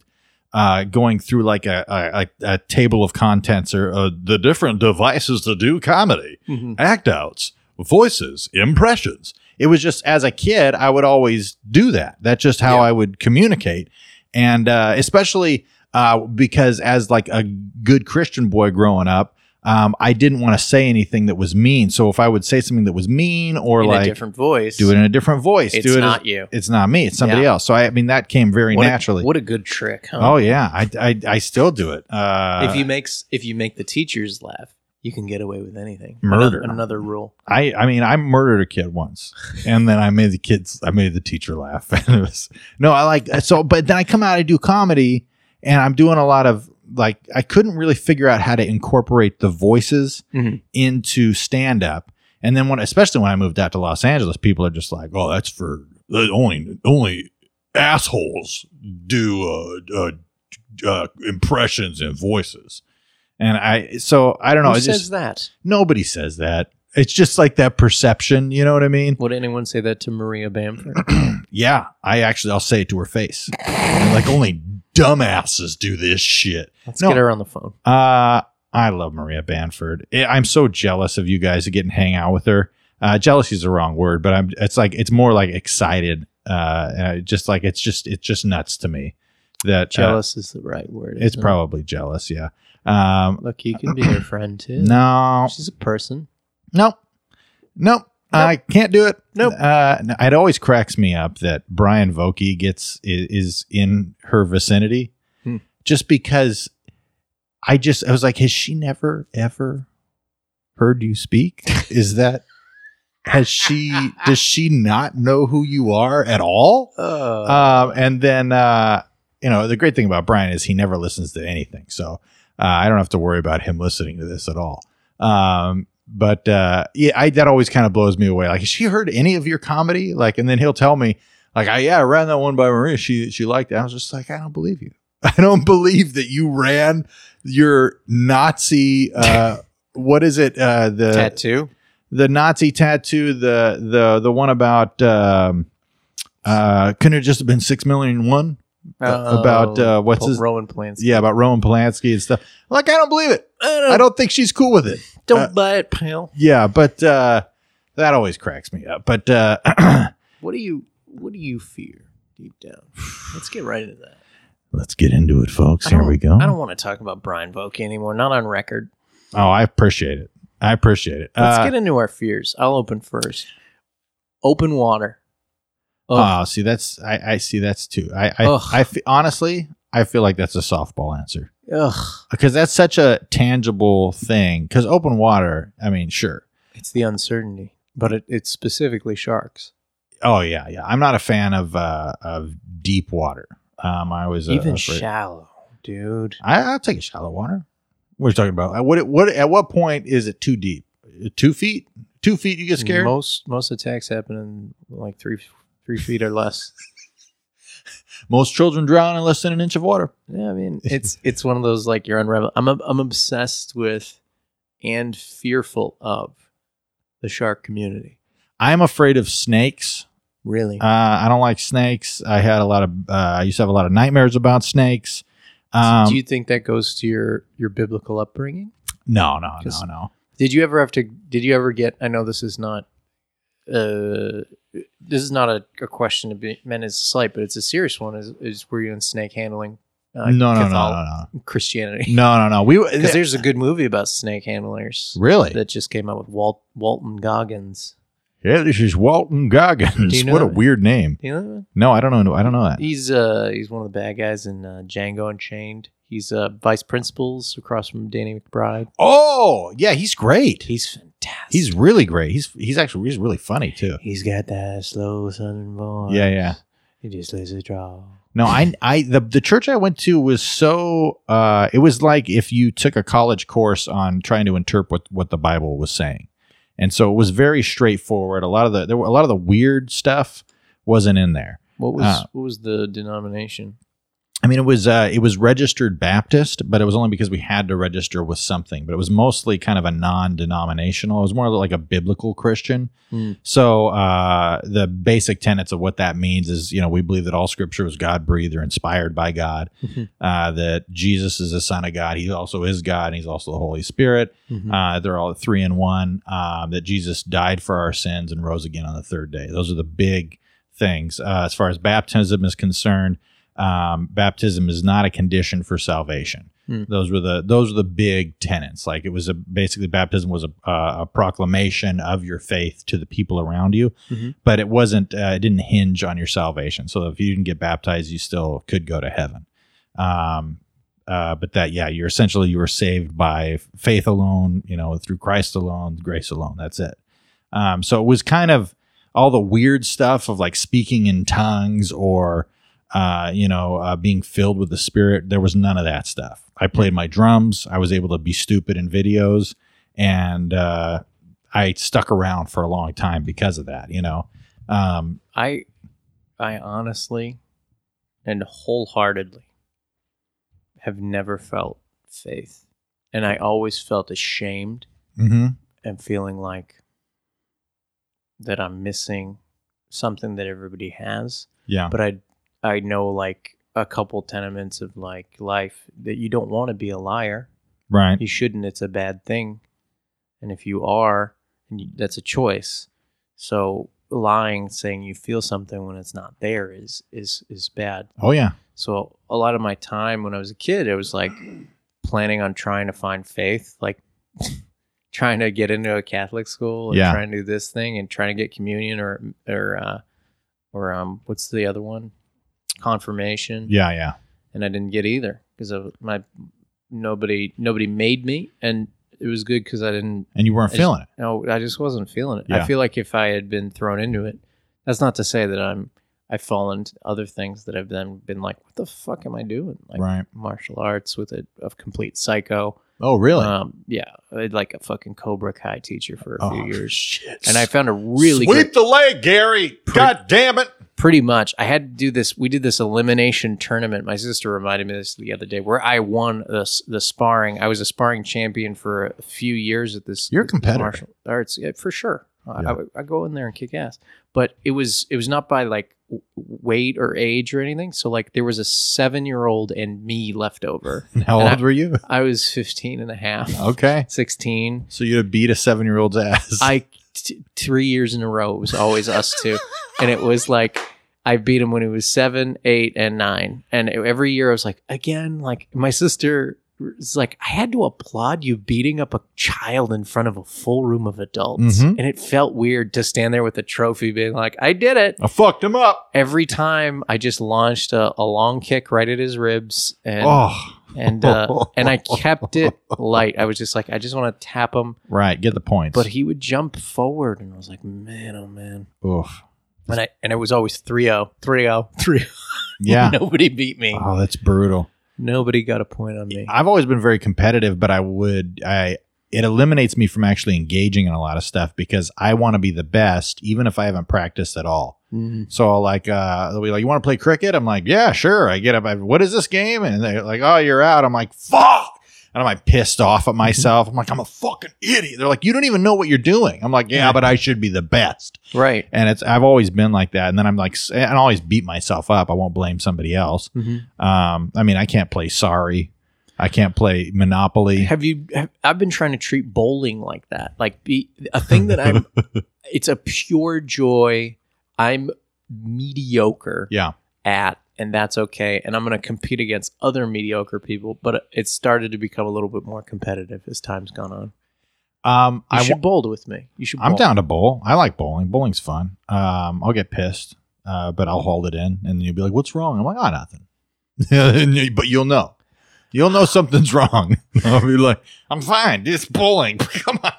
uh, going through like a, a, a- a table of contents or uh, the different devices to do comedy,
Mhm.
act outs, voices, impressions. It was just as a kid, I would always do that. That's just how
Yeah.
I would communicate, and uh, especially uh, because as like a good Christian boy growing up. Um, I didn't want to say anything that was mean. So if I would say something that was mean or
in a
like
different voice.
do it in a different voice,
It's
do it as-
not you.
it's not me. It's somebody
Yeah.
else. So I, I mean, that came very
What a-
naturally.
what a good trick, huh?
oh yeah, I, I I still do it. Uh,
if you makes if you make the teachers laugh, you can get away with anything.
Murder.
Another, another rule.
I I mean, I murdered a kid once, and then I made the kids, I made the teacher laugh. And it was no, I like so, but then I come out, I do comedy, and I'm doing a lot of like I couldn't really figure out how to incorporate the voices
Mhm.
into stand up. And then when, especially when I moved out to Los Angeles, people are just like, "Oh, that's for uh, only only assholes do uh, uh, uh, impressions and voices." And I, so I don't know.
Who
it's
says
just,
that?
Nobody says that. It's just like that perception. You know what I mean?
Would anyone say that to Maria Bamford?
yeah, I actually I'll say it to her face. And, like only dumbasses do this shit.
Let's
No.
get her on the phone.
Uh, I love Maria Banford. I- I'm so jealous of you guys getting to hang out with her. Uh, jealousy is the wrong word, but I'm. It's like it's more like excited. Uh, and I- just like it's just it's just nuts to me that uh,
Jealous is the right word.
it's
isn't it?
probably jealous. Yeah. Um.
Look, you can be her friend too.
No.
She's a person.
Nope. Nope. I can't do it.
Nope.
Uh, n- it always cracks me up that Brian Vokey gets is, is in her vicinity,
Hmm.
just because I just I was like, has she never ever heard you speak? Is that has she does she not know who you are at all?
Uh,
Um, and then uh, you know the great thing about Brian is he never listens to anything, so uh, I don't have to worry about him listening to this at all. Um, but uh, yeah, I, that always kind of blows me away. Like, has she heard any of your comedy? Like, and then he'll tell me, like, I yeah, I ran that one by Maria. She she liked it. I was just like, I don't believe you. I don't believe that you ran your Nazi. Uh, what is it? Uh, the
tattoo.
the Nazi tattoo, the the the one about um, uh, couldn't it just have been six million and one?
Oh,
about, uh, what's
Paul-
his-
Rowan Plants.
Yeah, about Roman Polanski and stuff. Like I don't believe it. I don't think she's cool with it.
Don't
uh,
buy it, pal.
Yeah, but uh, that always cracks me up. But uh,
What do you What do you fear deep down? Let's get right into that.
let's get into it, folks.
I
Here
don't-
we go.
I don't want to talk about Brian Vokey anymore. Not on record.
Oh, I appreciate it. I appreciate it.
Let's
Uh,
get into our fears. I'll open first. Open water. Ugh.
oh, see, that's I, I see that's too. I I,
Ugh.
I fe- honestly I feel like that's a softball answer.
Ugh.
because that's such a tangible thing. Because open water, I mean, sure.
It's the uncertainty, but it, it's specifically sharks.
Oh yeah, yeah. I'm not a fan of uh, of deep water. Um, I was uh,
Even
afraid-
shallow, dude.
I, I'll take a shallow water. What are you talking about? At what what at what point is it too deep? Two feet? Two feet? You get scared?
Most most attacks happen in like three three feet or less.
Most children drown in less than an inch of water.
Yeah, I mean, it's it's one of those like you're unravel. I'm ob- I'm obsessed with and fearful of the shark community.
I'm afraid of snakes.
Really,
Uh, I don't like snakes. I had a lot of uh, I used to have a lot of nightmares about snakes. Um,
do you think that goes to your your biblical upbringing?
no, no, no,
'Cause-
no.
Did you ever have to? Did you ever get? I know this is not. Uh, this is not a, a question to be meant as a slight, but it's a serious one. Is, is were you in snake handling? Uh,
no, no, no,
Catholic-
no, no,
Christianity.
no, no, no. We
Because there's a good movie about snake handlers
really.
that just came out with Walt Walton Goggins.
yeah, this is Walton Goggins.
Do you know
what a
that?
weird name.
Do you know that? one?
No, I don't know. I don't know that.
He's uh he's one of the bad guys in uh, Django Unchained. He's uh vice principals across from Danny McBride.
Oh, yeah, he's great.
He's fantastic.
He's really great. He's he's actually he's really funny too.
he's got that slow southern voice.
Yeah, yeah.
He just lets it draw.
No, I, I, the, the church I went to was so, uh, it was like if you took a college course on trying to interpret what the Bible was saying, and so it was very straightforward. A lot of the there were a lot of the weird stuff wasn't in there.
What was
Ah.
what was the denomination?
I mean, it was uh, it was registered Baptist, but it was only because we had to register with something. But it was mostly kind of a non-denominational. It was more like a biblical Christian.
Hmm.
So uh, the basic tenets of what that means is, you know, we believe that all Scripture is God breathed or inspired by God.
Mhm.
Uh, that Jesus is the Son of God. He also is God, and He's also the Holy Spirit.
Mm-hmm.
Uh, they're all three in one. Um, that Jesus died for our sins and rose again on the third day. Those are the big things. Uh, as far as baptism is concerned, um, baptism is not a condition for salvation.
Hmm.
Those were the those were the big tenets. Like it was a basically baptism was a, uh, a proclamation of your faith to the people around you,
Mhm.
but it wasn't uh, it didn't hinge on your salvation. So if you didn't get baptized, you still could go to heaven. Um, uh, but that yeah you're essentially you were saved by faith alone you know through christ alone grace alone that's it um, so it was kind of all the weird stuff of like speaking in tongues or uh, you know uh, being filled with the spirit there was none of that stuff
Hmm.
i played my drums i was able to be stupid in videos and uh, i stuck around for a long time because of that you know um,
I I honestly and wholeheartedly have never felt faith. And I always felt ashamed
mhm.
and feeling like that I'm missing something that everybody has.
yeah
But I I know like a couple tenements of like life that you don't want to be a liar.
right
You shouldn't. It's a bad thing. And if you are, and you, that's a choice. So lying, saying you feel something when it's not there is is is bad.
oh yeah
So a lot of my time when I was a kid, it was like planning on trying to find faith, like trying to get into a Catholic school and
Yeah.
trying to do this thing and trying to get communion or or uh, or um what's the other one? Confirmation.
yeah yeah
And I didn't get either because of my nobody nobody made me and it was good because I didn't
and you weren't
I just-
feeling it
no, I just wasn't feeling it.
Yeah.
I feel like if I had been thrown into it, that's not to say that I'm I've fallen to other things that I've then been like, what the fuck am I doing? Like
right
martial arts with a, a complete psycho.
oh really
Um, yeah, I had like a fucking Cobra Kai teacher for a
Oh,
few years,
shit.
and I found a really
sweep
good.
the leg, Gary. God damn it!
Pretty much, I had to do this. We did this elimination tournament. My sister reminded me of this the other day, where I won the s- the sparring. I was a sparring champion for a few years at this.
You're a competitor.
martial arts yeah, for sure. I-
Yeah.
I, would- I go in there and kick ass, but it was it was not by like w- weight or age or anything. So like there was a seven year old and me left over.
How
And
old were you?
I was 15 and a half.
Okay,
16.
so you'd have beat a seven-year-old's ass.
I t- three years in a row it was always us two, and it was like I beat him when he was seven, eight, and nine, and every year I was like, again, like my sister is like, I had to applaud you beating up a child in front of a full room of adults,
Mhm.
and it felt weird to stand there with a trophy, being like, I did it.
I fucked him up.
Every time I just launched a, a long kick right at his ribs, and
oh,
and uh, and I kept it light. I was just like, I just want to tap him
right. Get the points.
but he would jump forward and I was like, man, oh man.
Oof.
And I and it was always 3-0, 3-0, 3-0.
Yeah.
Nobody beat me.
Oh, that's brutal.
Nobody got a point on me.
I've always been very competitive, but I would I it eliminates me from actually engaging in a lot of stuff because I want to be the best, even if I haven't practiced at all.
Mm.
So I'll like uh they'll be like, You want to play cricket? I'm like, Yeah, sure. I get up, I, what is this game? And they're like, Oh, you're out. I'm like, fuck. And I'm like pissed off at myself. I'm like, I'm a fucking idiot. They're like, You don't even know what you're doing. I'm like, Yeah, but I should be the best.
Right.
And it's I've always been like that. And then I'm like s- and I always beat myself up. I won't blame somebody else.
Mm-hmm.
Um, I mean, I can't play Sorry. I can't play Monopoly.
Have you? Have, I've been trying to treat bowling like that, like be a thing that I'm. it's a pure joy. I'm mediocre
Yeah.
at, and that's okay. And I'm going to compete against other mediocre people, but it started to become a little bit more competitive as time's gone on.
Um,
You
I,
should bowl with me. You should.
am
bowl.
down to bowl. I like bowling. Bowling's fun. Um, I'll get pissed, uh, but I'll hold it in, and you'll be like, "What's wrong?" I'm like, "Oh, nothing." And you- but you'll know. You'll know something's wrong. I'll be like, "I'm fine. Just bowling. Come on.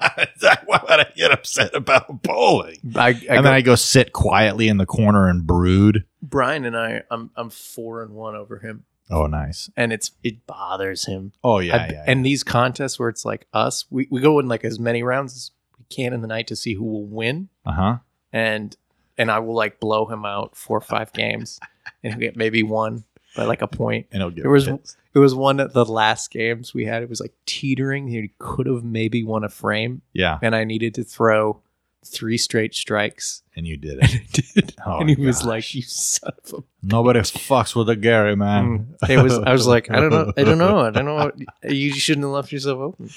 Why would I get upset about bowling?"
I, I
and
go-
then I go sit quietly in the corner and brood.
Brian and I, I'm I'm four and one over him,
Oh, nice.
and it's it bothers him.
Oh yeah. yeah,
I've-
yeah.
and these contests where it's like us, we, we go in like as many rounds as we can in the night to see who will win.
uh huh.
and and I will like blow him out four or five games, and he'll get maybe one by like a point.
And it'll get
There was
pissed.
it was one of the last games we had. It was like teetering. He could have maybe won a frame,
yeah,
and I needed to throw three straight strikes,
and you did
and
it.
I did.
Oh,
and he was
gosh.
like, "You son of a."
Nobody fucks with a Gary,
Mm.
man.
It was. I was like, "I don't know. I don't know. I don't know. What, you shouldn't have left yourself open."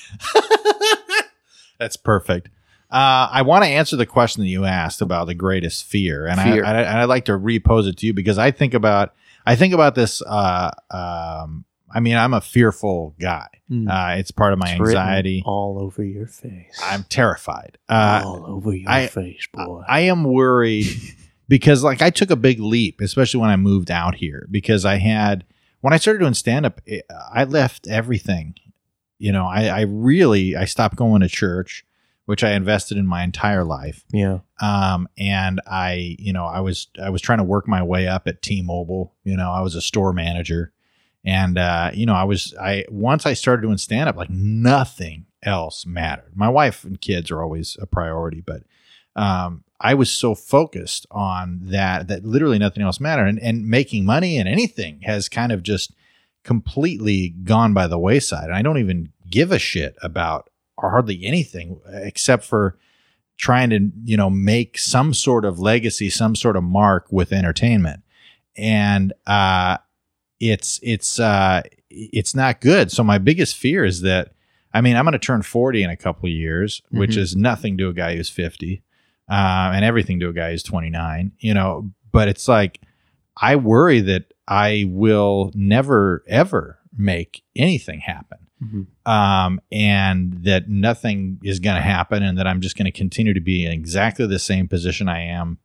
That's perfect. Uh, I want to answer the question that you asked about the greatest fear, and
Fear.
I, I and I'd like to repose it to you because I think about I think about this. Uh, um, I mean, I'm a fearful guy. Uh, it's part of my
Mm. It's written
anxiety.
all over your face.
I'm terrified. Uh,
all over your
I-
face, boy.
I am worried because like I took a big leap, especially when I moved out here because I had when I started doing stand up, I left everything. You know, I, I really I stopped going to church, which I invested in my entire life.
yeah.
Um, and I, you know, I was I was trying to work my way up at T-Mobile. You know, I was a store manager, and uh, you know, I was I once I started doing stand up, like nothing else mattered. My wife and kids are always a priority, but um, I was so focused on that that literally nothing else mattered, and and making money and anything has kind of just completely gone by the wayside. And I don't even give a shit about hardly anything except for trying to you know make some sort of legacy some sort of mark with entertainment and uh it's it's uh it's not good so my biggest fear is that i mean i'm going to turn 40 in a couple of years which
Mhm.
is nothing to a guy who's 50 uh, and everything to a guy who's 29 you know but it's like i worry that i will never ever make anything happen um, and that nothing is going to happen, and that I'm just going to continue to be in exactly the same position I am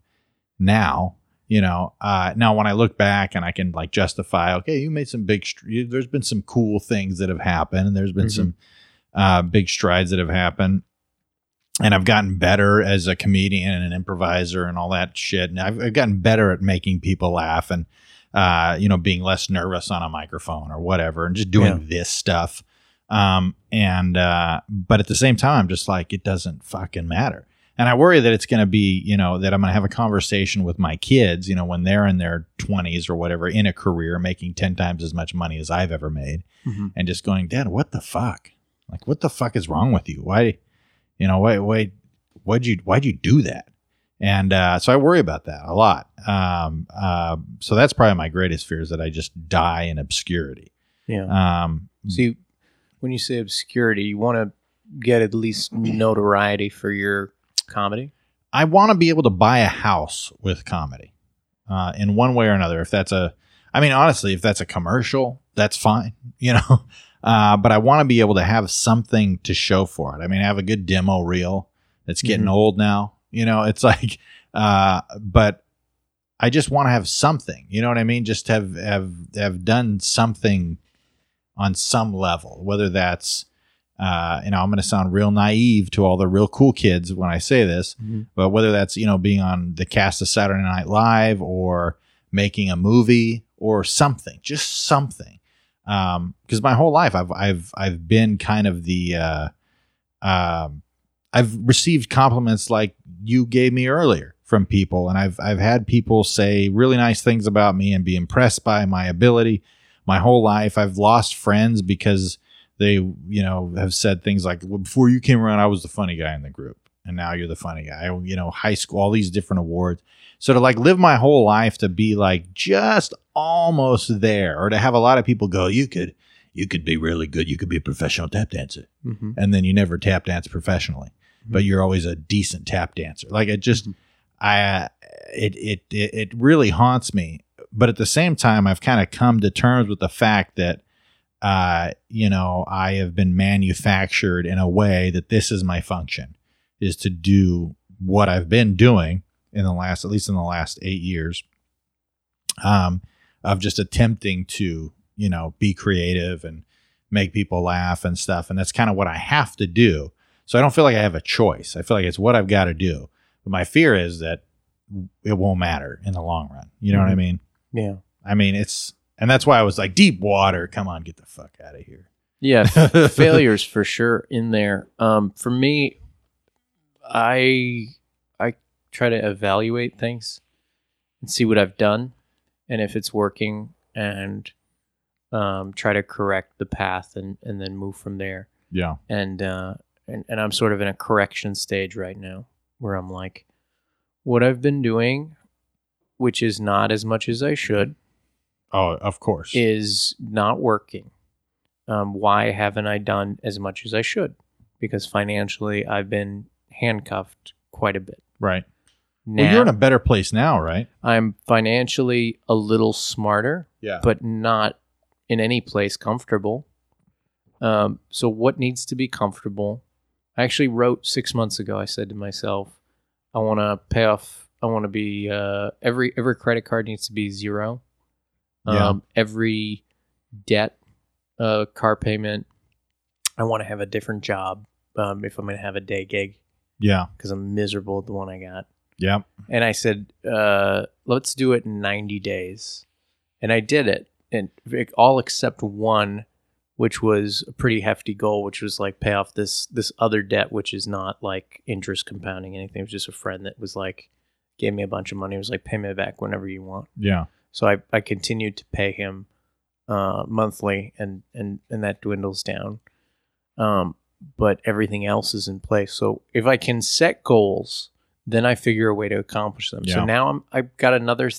now. You know, uh, now when I look back and I can like justify, okay, you made some big, str- you- there's been some cool things that have happened, and there's been
Mhm.
some uh, big strides that have happened. And I've gotten better as a comedian and an improviser and all that shit. And I've, I've gotten better at making people laugh and, uh, you know, being less nervous on a microphone or whatever and just doing this stuff um and uh but at the same time just like it doesn't fucking matter and i worry that it's going to be you know that i'm going to have a conversation with my kids you know when they're in their 20s or whatever in a career making 10 times as much money as i've ever made
Mhm.
and just going dad what the fuck like what the fuck is wrong with you why you know why why why'd you why'd you do that and uh so i worry about that a lot um uh so that's probably my greatest fear is that i just die in obscurity
Yeah.
um
See, when you say obscurity, you want to get at least notoriety for your comedy.
I want to be able to buy a house with comedy, uh, in one way or another. If that's a, I mean, honestly, if that's a commercial, that's fine, you know. Uh, but I want to be able to have something to show for it. I mean, I have a good demo reel that's getting
Mhm.
old now. You know, it's like, uh, but I just want to have something. You know what I mean? Just have have have done something on some level, whether that's uh, you know, I'm going to sound real naive to all the real cool kids when I say this,
Mhm.
but whether that's, you know, being on the cast of Saturday Night Live or making a movie or something, just something. Um, cause my whole life I've, I've, I've been kind of the, uh, um, I've received compliments like you gave me earlier from people. And I've, I've had people say really nice things about me and be impressed by my ability my whole life. I've lost friends because they, you know, have said things like, well, before you came around, I was the funny guy in the group. And now you're the funny guy, Oh, you know, high school, all these different awards. So to like live my whole life to be like just almost there or to have a lot of people go, you could, you could be really good. You could be a professional tap dancer
Mm-hmm.
and then you never tap dance professionally, but you're always a decent tap dancer. Like it just, I, it, it, it, it really haunts me. But at the same time, I've kind of come to terms with the fact that, uh, you know, I have been manufactured in a way that this is my function is to do what I've been doing in the last, at least in the last eight years, um, of just attempting to, you know, be creative and make people laugh and stuff. And that's kind of what I have to do. So I don't feel like I have a choice. I feel like it's what I've got to do. But my fear is that it won't matter in the long run. You know what I
Mhm.
mean?
Yeah.
I mean, it's, and that's why I was like, deep water. Come on, get the fuck out of here.
Yeah. failures for sure in there. Um, for me, I I try to evaluate things and see what I've done and if it's working, and um, try to correct the path and and then move from there.
Yeah.
And uh, and and I'm sort of in a correction stage right now where I'm like, what I've been doing, which is not as much as I should
Oh, of course.
is not working. Um, why haven't I done as much as I should? Because financially, I've been handcuffed quite a bit.
right.
Now
Well, you're in a better place now, right?
I'm financially a little smarter,
Yeah.
but not in any place comfortable. Um, so, what needs to be comfortable? I actually wrote six months ago. I said to myself, I want to pay off. I want to be uh, every every credit card needs to be zero.
Yeah.
Um, Every debt, uh, car payment. I want to have a different job um, if I'm going to have a day gig
Yeah.
because I'm miserable at the one I got.
Yeah.
And I said, uh, let's do it in 90 days. And I did it, and all except one, which was a pretty hefty goal, which was like pay off this this other debt, which is not like interest compounding anything. It was just a friend that was like, gave me a bunch of money. It was like, pay me back whenever you want.
Yeah.
So I, I continued to pay him uh, monthly, and, and, and that dwindles down. Um, but everything else is in place. So if I can set goals, then I figure a way to accomplish them.
Yeah.
So now I'm, I've got another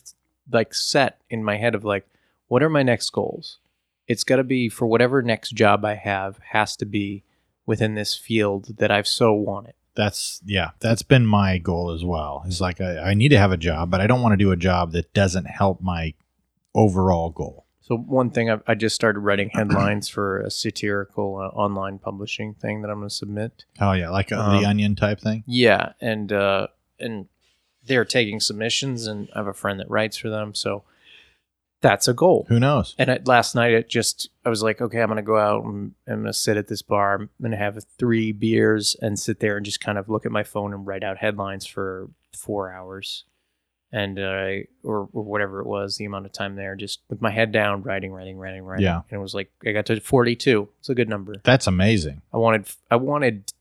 like set in my head of like, what are my next goals? It's got to be for whatever next job I have has to be within this field that I've so wanted.
That's, yeah, that's been my goal as well. It's like, I, I need to have a job, but I don't want to do a job that doesn't help my overall goal.
So one thing I've, I just started writing headlines for a satirical uh, online publishing thing that I'm going to submit.
Oh yeah, like uh,
Um,
the onion type thing.
Yeah, and uh, and they're taking submissions, and I have a friend that writes for them, so that's a goal.
Who knows?
And at, last night, it just I was like, okay, I'm gonna go out and I'm gonna sit at this bar, I'm gonna have three beers, and sit there and just kind of look at my phone and write out headlines for four hours, and uh, or, or whatever it was, the amount of time there, just with my head down, writing, writing, writing, writing.
Yeah.
and it was like I got to 42. It's a good number.
That's amazing.
I wanted, I wanted,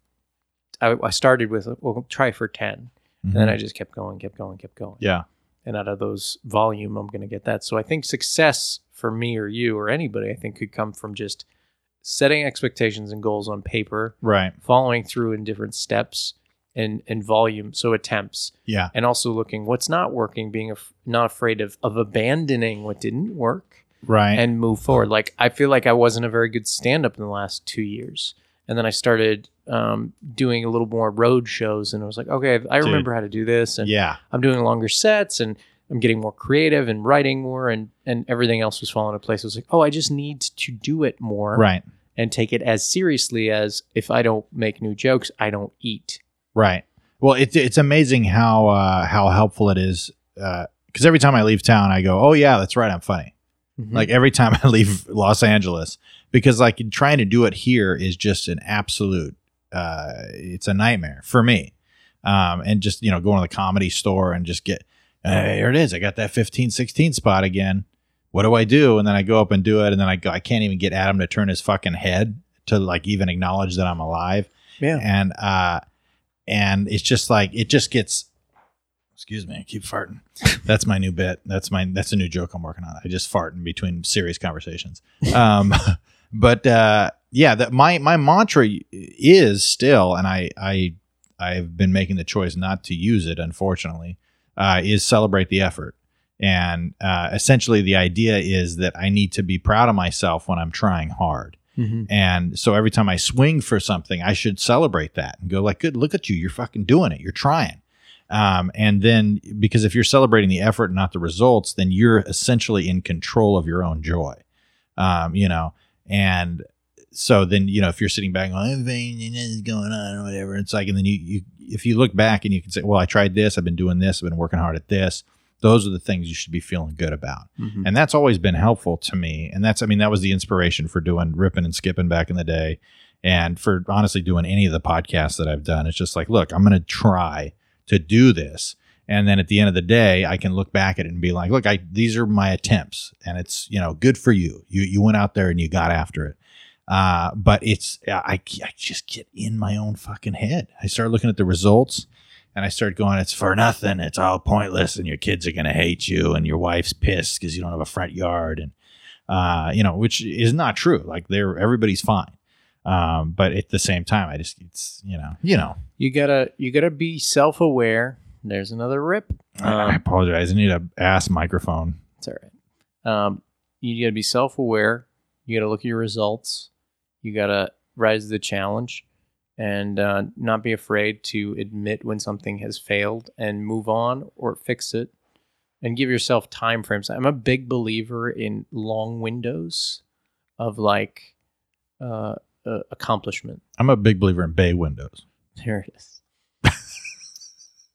I, I started with, well, try for 10. And then I just kept going, kept going, kept going.
Mm-hmm. Mhm. yeah,
And out of those volume, I'm going to get that. So I think success for me or you or anybody, I think could come from just setting expectations and goals on paper,
right.
following through in different steps and, and volume. So attempts
Yeah,
and also looking what's not working, being af- not afraid of, of abandoning what didn't work
right.
and move forward. Like I feel like I wasn't a very good stand up in the last two years, and then I started um, doing a little more road shows, and I was like, okay, I
Dude.
remember how to do this, and
yeah,
I'm doing longer sets, and I'm getting more creative and writing more, and and everything else was falling into place. I was like, oh, I just need to do it more
right,
and take it as seriously as if I don't make new jokes, I don't eat.
right. Well, it's it's amazing how uh, how helpful it is. uh, Because
Mm-hmm.
every time I leave town, I go, "Oh yeah, that's right, I'm funny." Like every time I leave Los Angeles, because like trying to do it here is just an absolute uh it's a nightmare for me um and just you know going to the comedy store and just get hey, here it is i got that 15 16 spot again what do i do and then i go up and do it and then i go i can't even get adam to turn his fucking head to like even acknowledge that i'm alive
Yeah.
and uh and it's just like it just gets excuse me i keep farting that's my new bit that's my that's a new joke i'm working on i just fart in between serious conversations um but uh yeah that my my mantra is still and i i i've been making the choice not to use it unfortunately uh is celebrate the effort and uh essentially the idea is that i need to be proud of myself when i'm trying hard
Mhm.
and so every time I swing for something, I should celebrate that and go like, "Good, look at you! You're fucking doing it. You're trying." Um, and then because if you're celebrating the effort and not the results, then you're essentially in control of your own joy. Um, you know, and so then you know if you're sitting back "Oh, going, "Everything is going on" or whatever, it's like, and then you you if you look back and you can say, "Well, I tried this. I've been doing this. I've been working hard at this." Those are the things you should be feeling good about
Mhm.
and that's always been helpful to me and that's i mean that was the inspiration for doing ripping and skipping back in the day and for honestly doing any of the podcasts that i've done it's just like look i'm going to try to do this and then at the end of the day i can look back at it and be like look i these are my attempts and it's you know good for you you you went out there and you got after it uh, but it's I, I just get in my own fucking head i start looking at the results and I start going, it's for nothing. It's all pointless, and your kids are going to hate you, and your wife's pissed because you don't have a front yard, and uh, you know, which is not true. Like they're everybody's fine, um, but at the same time, I just it's you know, you know.
You gotta you gotta be self aware. There's another rip.
I- I
Um,
apologize. I need a ass microphone.
It's all right. Um, you got to be self aware. You got to look at your results. You got to rise to the challenge and uh, not be afraid to admit when something has failed and move on or fix it and give yourself time frames. I'm a big believer in long windows of like uh, uh, accomplishment.
I'm a big believer in bay windows.
There it is.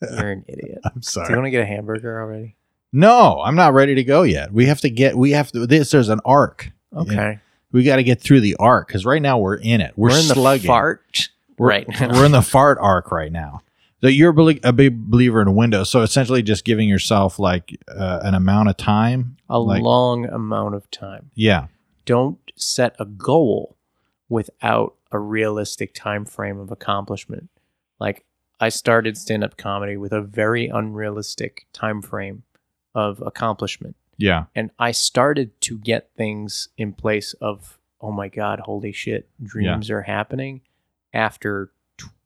You're an idiot.
I'm
Do you
sorry.
want to get a hamburger already?
No, I'm not ready to go yet. We have to get. We have to. This there's an arc.
Okay.
We got to get through the arc because right now we're in it. We're,
We're in the
slugging.
fart.
We're-
Right.
we're in the fart arc right now. So you're belie- a big believer in Windows. So essentially, just giving yourself like uh, an amount of time.
a
Like-
long amount of time.
Yeah,
Don't set a goal without a realistic time frame of accomplishment. Like I started stand-up comedy with a very unrealistic time frame of accomplishment.
yeah,
And I started to get things in place of oh my god, holy shit, dreams are happening after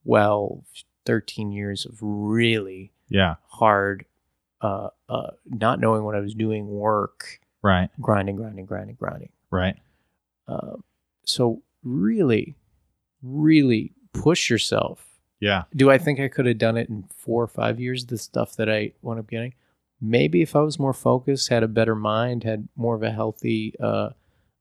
12, 13 years of really
yeah.
hard uh, uh, not knowing what I was doing work
Right,
grinding, grinding, grinding, grinding.
right.
Um, so really, really push yourself.
Yeah,
Do I think I could have done it in four or five years? The stuff that I wound up getting, maybe if I was more focused, had a better mind, had more of a healthy, uh,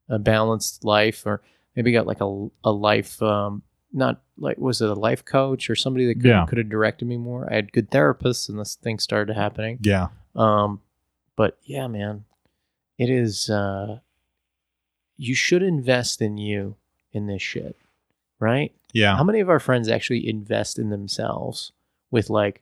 a balanced life, or maybe got like a a life um, not like was it a life coach or somebody that could,
Yeah.
could have directed me more. I had good therapists, and this thing started happening.
yeah.
Um, but yeah, man, it is. Uh, you should invest in you in this shit, right?
Yeah.
How many of our friends actually invest in themselves with like,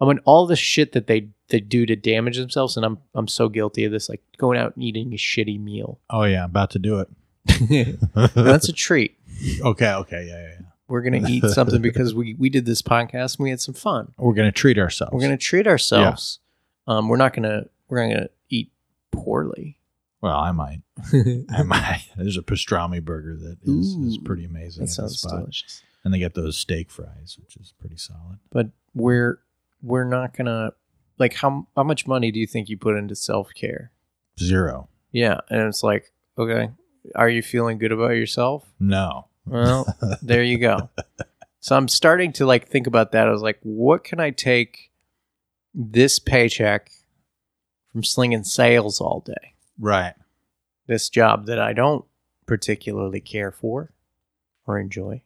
I mean, all the shit that they they do to damage themselves, and I'm I'm so guilty of this, like going out and eating a shitty meal.
Oh yeah, about to do it.
That's a treat.
okay, okay, yeah, yeah, yeah.
We're gonna eat something because we we did this podcast and we had some fun.
We're gonna treat ourselves.
We're gonna treat ourselves. Um, we're not gonna we're not gonna eat poorly.
Well, I might. I might. There's a pastrami burger that is, is
Ooh,
pretty amazing.
That
at the
sounds
spot.
delicious.
And they got those steak fries, which is pretty solid.
But we're we're not gonna like how how much money do you think you put into self care?
Zero.
Yeah, and it's like okay, are you feeling good about yourself?
No.
Well, there you go. So I'm starting to like think about that. I was like, what can I take this paycheck from slinging sales all day?
Right.
This job that I don't particularly care for or enjoy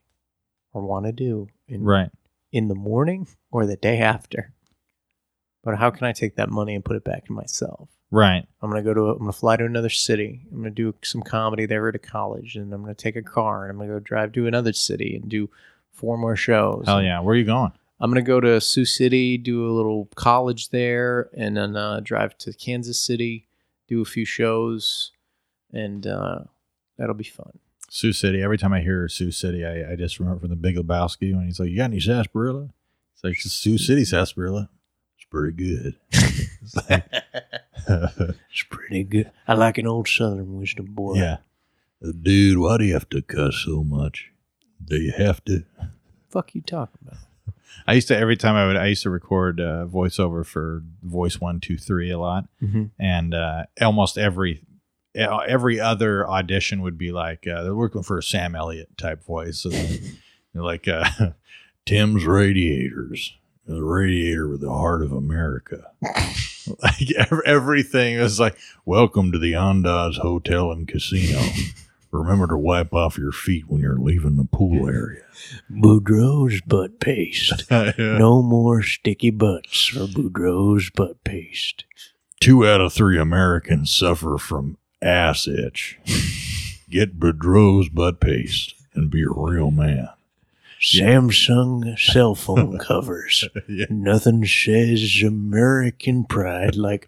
or want to do in,
Right.
in the morning or the day after. but how can I take that money and put it back in myself?
Right.
I'm gonna go to. I'm gonna fly to another city. I'm gonna do some comedy there at a college, and I'm gonna take a car and I'm gonna go drive to another city and do four more shows.
Hell yeah. Where are you going?
I'm gonna go to Sioux City, do a little college there, and then uh, drive to Kansas City, do a few shows, and uh, that'll be fun.
Sioux City. Every time I hear Sioux City, I, I just remember from the Big Lebowski when he's like, "You got any sarsaparilla?" It's like Sioux City sarsaparilla. It's pretty good. It's like-
It's pretty good. I like an old Southern wisdom, boy.
yeah.
Dude, why do you have to cuss so much? Do you have to?
Fuck you talking about.
I used to every time I would I used to record uh, voiceover for Voice One Two Three a lot,
Mm-hmm.
and uh, almost every
uh,
every other audition would be like uh, they're looking for a Sam Elliott type voice, so they're like uh,
Tim's Radiators, the radiator with the heart of America.
like ev- everything was like
Welcome to the Andaz Hotel and Casino. Remember to wipe off your feet when you're leaving the pool area.
Boudreaux's butt paste. No more sticky butts for Boudreaux's butt paste.
Two out of three Americans suffer from ass itch. Get Bedro's butt paste and be a real man.
Samsung cell phone covers.
Yeah.
Nothing says American pride like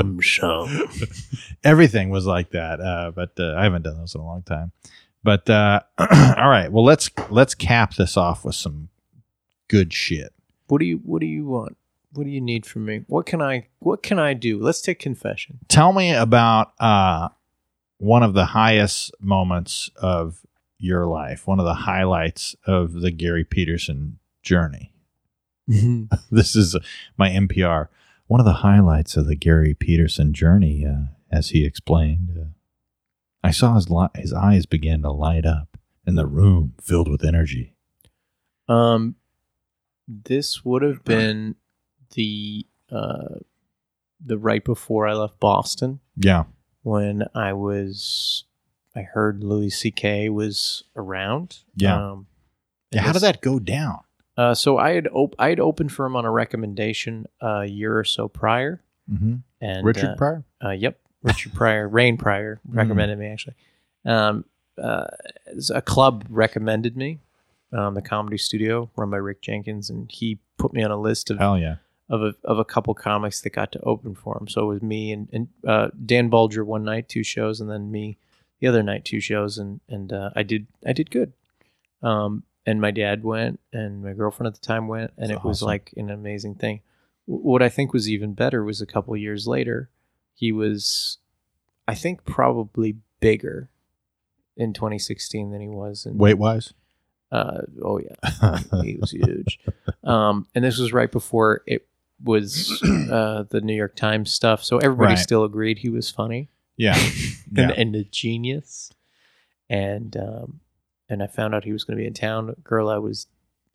Samsung.
everything was like that. Uh, but uh, I haven't done those in a long time. But uh, all right, well let's let's cap this off with some good shit.
What do you What do you want? What do you need from me? What can I What can I do? Let's take confession.
Tell me about uh, one of the highest moments of your life, one of the highlights of the Gary Peterson journey.
Mm-hmm.
This is my NPR. One of the highlights of the Gary Peterson journey, uh, as he explained, uh, I saw his li- his eyes begin to light up, and the room filled with energy.
Um, this would have been the uh, the right before I left Boston
Yeah.
when I was I heard Louis C.K. was around.
Yeah.
Um,
yeah how did
that's-
that go down?
Uh, so I had op- I had opened for him on a recommendation a year or so prior,
Mm-hmm.
and
Richard Mm-hmm.
uh,
Pryor?
Uh, yep, Richard Pryor, Rain Pryor recommended me actually. Um, uh, as a club recommended me, um, the Comedy Studio run by Rick Jenkins, and he put me on a list of
Hell yeah.
of a, of a couple comics that got to open for him. So it was me and, and uh, Dan Bulger one night, two shows, and then me the other night, two shows, and and uh, I did I did good. Um, and my dad went, and my girlfriend at the time went, and
That's
it was
awesome.
like an amazing thing. W- What I think was even better was a couple years later, he was, I think probably bigger in 2016 than he was in
Weight wise?
uh, oh yeah, he was huge. Um, and this was right before it was uh, the New York Times stuff, so everybody
Right.
still agreed he was funny
Yeah.
and,
yeah.
and a genius. And um, and I found out he was going to be in town. A girl I was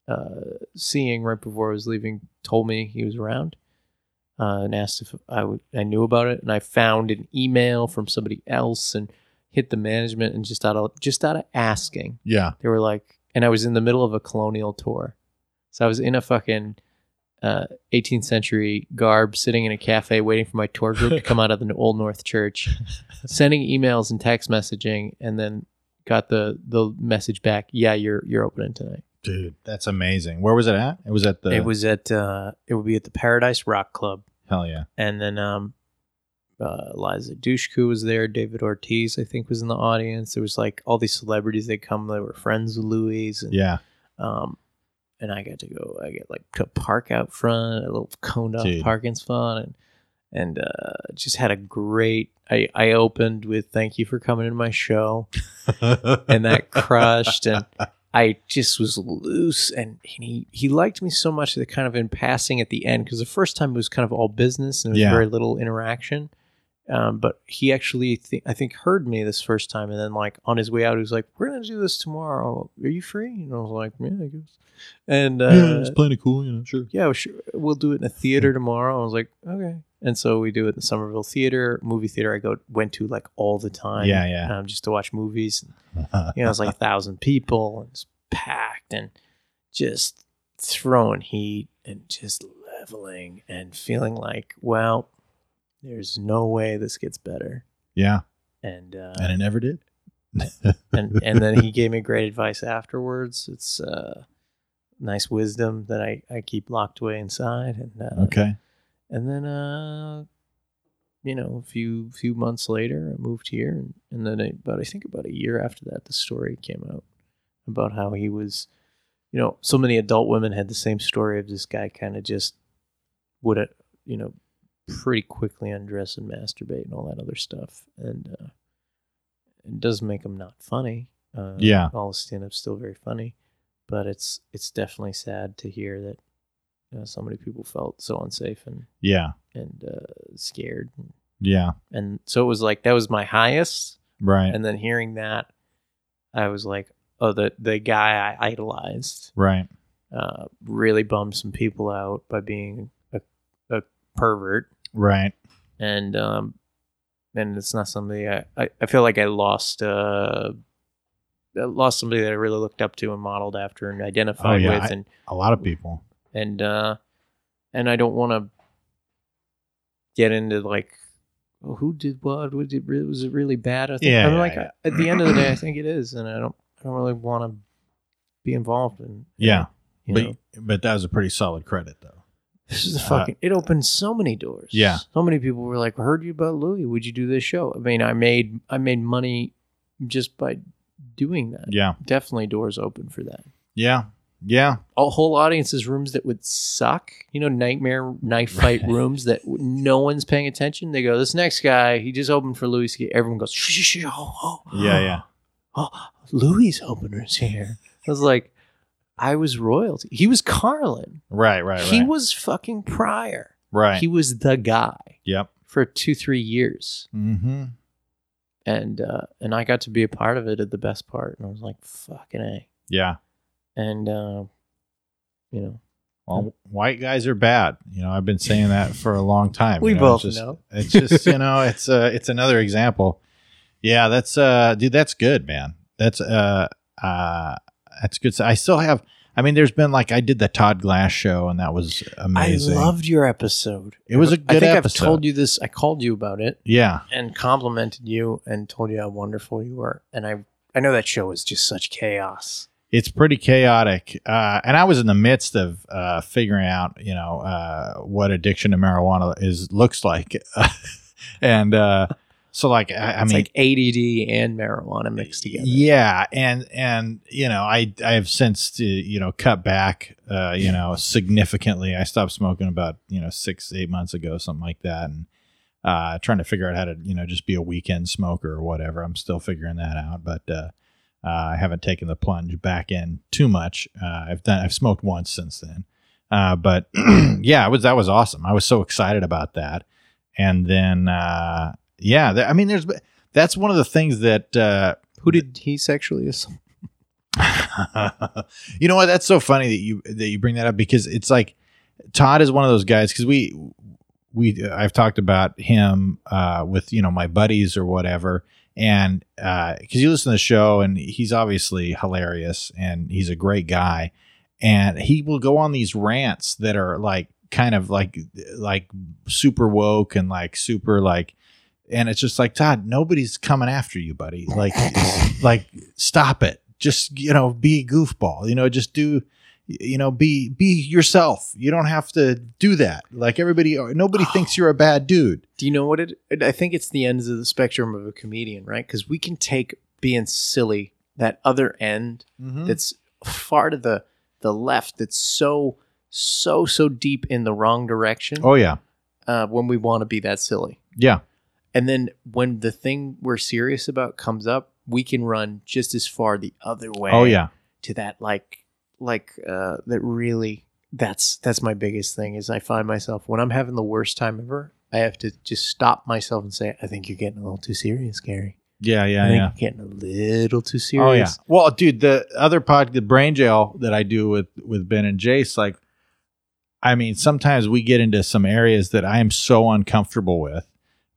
uh, seeing right before I was leaving told me he was around. Uh, and asked if I would, I knew about it, and I found an email from somebody else, and hit the management, and just out of just out of asking,
Yeah.
they were like, and I was in the middle of a colonial tour. So I was in a fucking uh, 18th century garb sitting in a cafe waiting for my tour group to come out of the Old North Church, sending emails and text messaging, and then got the the message back, yeah, you're you're opening tonight.
Dude, that's amazing. Where was it at? It was at the.
it was at uh, it would be at the Paradise Rock Club.
Hell yeah.
And then um, uh, Liza Dushku was there. David Ortiz, I think, was in the audience. There was like all these celebrities that come that were friends with Louis. And,
Yeah.
Um, and I got to go. I get like to park out front, a little coned off
Dude.
parking spot, and and uh, just had a great. I I opened with "Thank you for coming to my show," and that crushed, and I just was loose, and he he liked me so much that kind of in passing at the end, because the first time it was kind of all business and there
Yeah.
was very little interaction. Um, but he actually, th- I think, heard me this first time, and then like on his way out, he was like, "We're gonna do this tomorrow. Are you free?" And I was like, "Yeah, I guess." And uh,
yeah,
Mm.
it's plenty cool, you know, sure.
yeah, well, sure. we'll do it in a theater tomorrow. I was like, okay. And so we do it in the Somerville Theater, movie theater I go went to like all the time.
Yeah, yeah.
Um, just to watch movies. You know, it's like a thousand people and it's packed and just throwing heat and just leveling and feeling like, well, there's no way this gets better.
Yeah.
And uh,
And it never did.
and and then he gave me great advice afterwards. It's uh, nice wisdom that I, I keep locked away inside. And uh,
Okay.
and then uh, you know, a few few months later, I moved here, and, and then I, about I think about a year after that, the story came out about how he was, you know, so many adult women had the same story of this guy kind of just would uh, you know pretty quickly undress and masturbate and all that other stuff, and uh, it does make him not funny. Uh,
Yeah.
all his stand up's still very funny, but it's it's definitely sad to hear that you know, so many people felt so unsafe and
Yeah.
and uh, scared.
Yeah.
And so it was like that was my highest.
Right.
And then hearing that, I was like, oh, the the guy I idolized
right.
uh, really bummed some people out by being a, a pervert,
Right.
and um, and it's not somebody I I, I feel like I lost uh. I lost somebody that I really looked up to and modeled after and identified
Oh, yeah,
with,
I-
and
A lot of people.
and uh and I don't want to get into like well, who did what was it really, was it really bad I think
Yeah,
I'm
yeah,
like uh,
yeah.
at the end of the day I think it is and I don't I don't really want to be involved in
Yeah.
you
but
know
but that was a pretty solid credit though.
this is a
uh,
fucking it opened so many doors
Yeah.
so many people were like heard you about Louis would you do this show I mean I made I made money just by doing that
Yeah.
definitely doors open for that
Yeah. Yeah.
a whole audiences rooms that would suck you know nightmare knife fight rooms that w- no one's paying attention they go this next guy he just opened for louis C- everyone goes shh, shh, shh, oh, oh,
Yeah. Yeah.
oh louis opener's here i was like i was royalty he was carlin
Right. Right. Right.
he was fucking prior
right.
he was the guy
yep.
for two three years
Mm-hmm.
and uh and i got to be a part of it at the best part and i was like fucking a
Yeah.
and uh you know
Well, white guys are bad. You know, I've been saying that for a long time.
We
you know,
both
it's just,
know.
It's just you know, it's uh, it's another example. Yeah, that's uh, dude, that's good, man. That's uh, uh, that's good. So I still have. I mean, there's been like I did the Todd Glass show, and that was amazing.
I loved your episode.
It was a
I
good
think
episode.
I've told you this. I called you about it
Yeah,
and complimented you and told you how wonderful you were. And I I know that show is just such chaos.
it's pretty chaotic. Uh, and I was in the midst of uh, figuring out, you know, uh, what addiction to marijuana is looks like, and uh, so like I, I
it's
mean,
like ADD and marijuana mixed together.
Yeah, and and you know, I I have since uh, you know cut back, uh, you know, significantly. I stopped smoking about you know six eight months ago, something like that, and uh, trying to figure out how to you know just be a weekend smoker or whatever. I'm still figuring that out, but uh, uh, I haven't taken the plunge back in too much. Uh, I've done I've smoked once since then, uh, but yeah, it was that was awesome. I was so excited about that, and then uh, yeah, th- I mean, there's. That's one of the things that uh,
Who did he sexually assault?
you know what? That's so funny that you that you bring that up because it's like Todd is one of those guys because we we I've talked about him uh, with you know my buddies or whatever, and because you listen to the show and he's obviously hilarious and he's a great guy, and he will go on these rants that are like kind of like like super woke and like super like and it's just like Todd, nobody's coming after you, buddy. Like, like stop it. Just you know, be a goofball. You know, just do. You know, be be yourself. You don't have to do that. Like everybody, nobody thinks you're a bad dude.
Do you know what it? I think it's the ends of the spectrum of a comedian, right? Because we can take being silly that other end
Mm-hmm.
that's far to the the left that's so so so deep in the wrong direction
Oh yeah,
uh, when we want to be that silly
yeah,
And then when the thing we're serious about comes up, we can run just as far the other way.
oh yeah,
To that like like uh that really that's that's my biggest thing is I find myself when I'm having the worst time ever, I have to just stop myself and say, I think you're getting a little too serious, Gary.
yeah,
I
yeah,
think
yeah.
you're getting a little too serious.
Oh yeah. Well, dude, the other pod, the brain jail that I do with with Ben and Jace, like, I mean, sometimes we get into some areas that I am so uncomfortable with,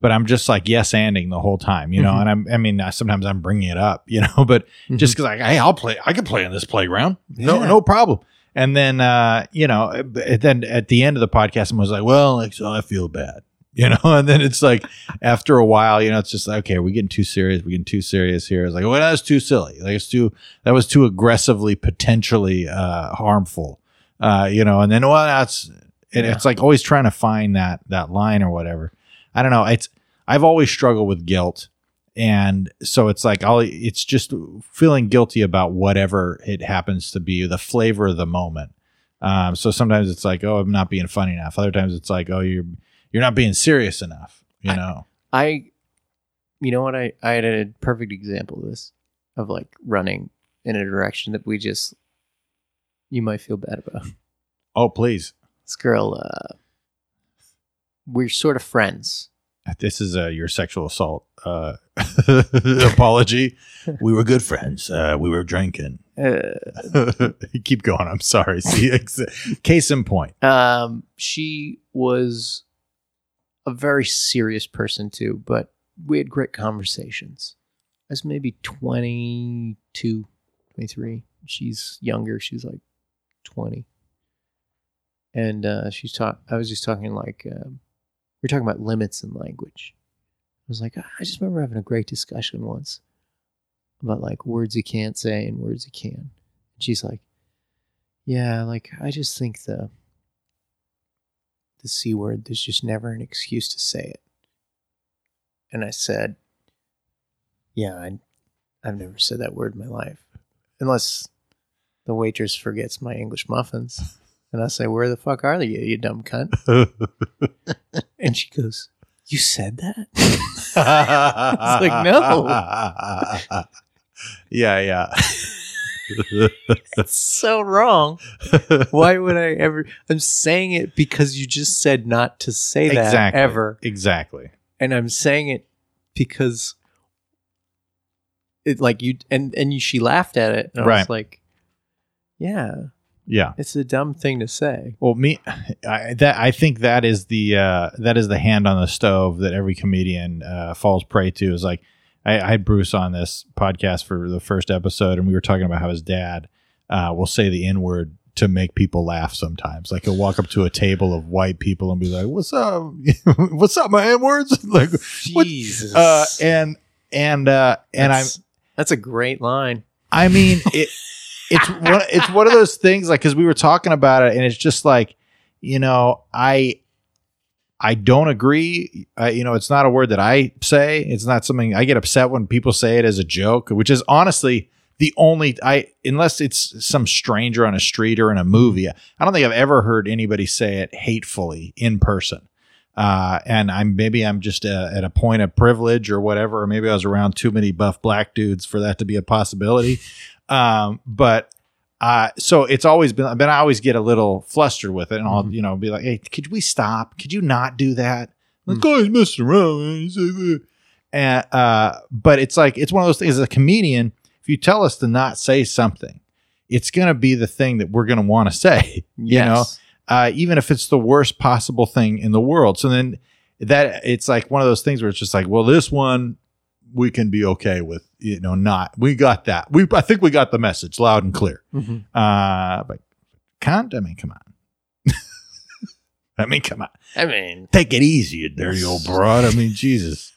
but I'm just like yes anding the whole time, you know.
Mhm.
And I'm, I mean, I- sometimes I'm bringing it up, you know, but
Mhm.
Mm-hmm. just because like, hey, I'll play, I can play in this playground, no,
Yeah.
no problem. And then, uh, you know, b- then at the end of the podcast, I was like, well, like, so I feel bad, you know? And then it's like, after a while, you know, it's just like, okay, we're getting too serious. We're getting too serious here. It's like, well, that's too silly. Like, it's too, that was too aggressively, potentially uh, harmful, uh, you know? And then, well, that's, and
Yeah.
it's like always trying to find that, that line or whatever. I don't know. It's, I've always struggled with guilt. And so it's like, I'll, it's just feeling guilty about whatever it happens to be, the flavor of the moment. Um, so sometimes it's like, oh, I'm not being funny enough. Other times it's like, oh, you're you're not being serious enough. You
I-
know,
I, you know what? I, I had a perfect example of this, of like running in a direction that we just, you might feel bad about.
oh, please,
This girl, uh, we're sort of friends.
this is uh, your sexual assault uh, apology. we were good friends. Uh, we were drinking.
Uh,
Keep going. I'm sorry. See, ex- case in point.
um, she was a very serious person too, but we had great conversations. I was maybe 22, 23. She's younger. She's like 20. And uh, she's taught, I was just talking like, um, we we're talking about limits in language. I was like, I just remember having a great discussion once about like words you can't say and words you can. She's like, yeah, like I just think the the C word, there's just never an excuse to say it. And I said, Yeah, I, I've never said that word in my life. Unless the waitress forgets my English muffins. And I say, Where the fuck are they, you, you dumb cunt? And she goes, You said that? like, no.
yeah,
That's so wrong.
yeah.
Why would I ever? I'm saying it because you just said not to say that
Exactly.
ever.
exactly.
and I'm saying it because it like you and and you, she laughed at it. And I
Right.
was like, yeah,
Yeah.
it's a dumb thing to say.
Well, me, I, that I think that is the uh, that is the hand on the stove that every comedian uh, falls prey to. Is like I, I had Bruce on this podcast for the first episode, and we were talking about how his dad uh, will say the N word to make people laugh. Sometimes, like he'll walk up to a table of white people and be like, "What's up? What's up, my N words?" like, What-
Jesus,
uh, and and uh, and I'm
that's, that's a great line.
I mean, it, it's one it's one of those things like because we were talking about it, and it's just like you know, I I don't agree. I, you know, it's not a word that I say. It's not something I get upset when people say it as a joke, which is honestly the only I unless it's some stranger on a street or in a movie. I don't think I've ever heard anybody say it hatefully in person. Uh, and I'm maybe I'm just uh at a point of privilege or whatever, or maybe I was around too many buff black dudes for that to be a possibility. Um, but uh, so it's always been, but I always get a little flustered with it, and I'll
Mhm.
you know be like, hey, could we stop? Could you not do that? Like,
Mm.
oh, he's messing around. man. He's like, "Ugh." And uh, but it's like it's one of those things. As a comedian, if you tell us to not say something, it's gonna be the thing that we're gonna want to say
Yes.
know, uh, even if it's the worst possible thing in the world. So then that it's like one of those things where it's just like, well, this one we can be okay with, you know, not we got that. We I think we got the message loud and clear.
Mhm.
Uh, but can't I mean, come on. I mean, come on,
I mean,
take it easy, you dirty old broad. I mean, Jesus.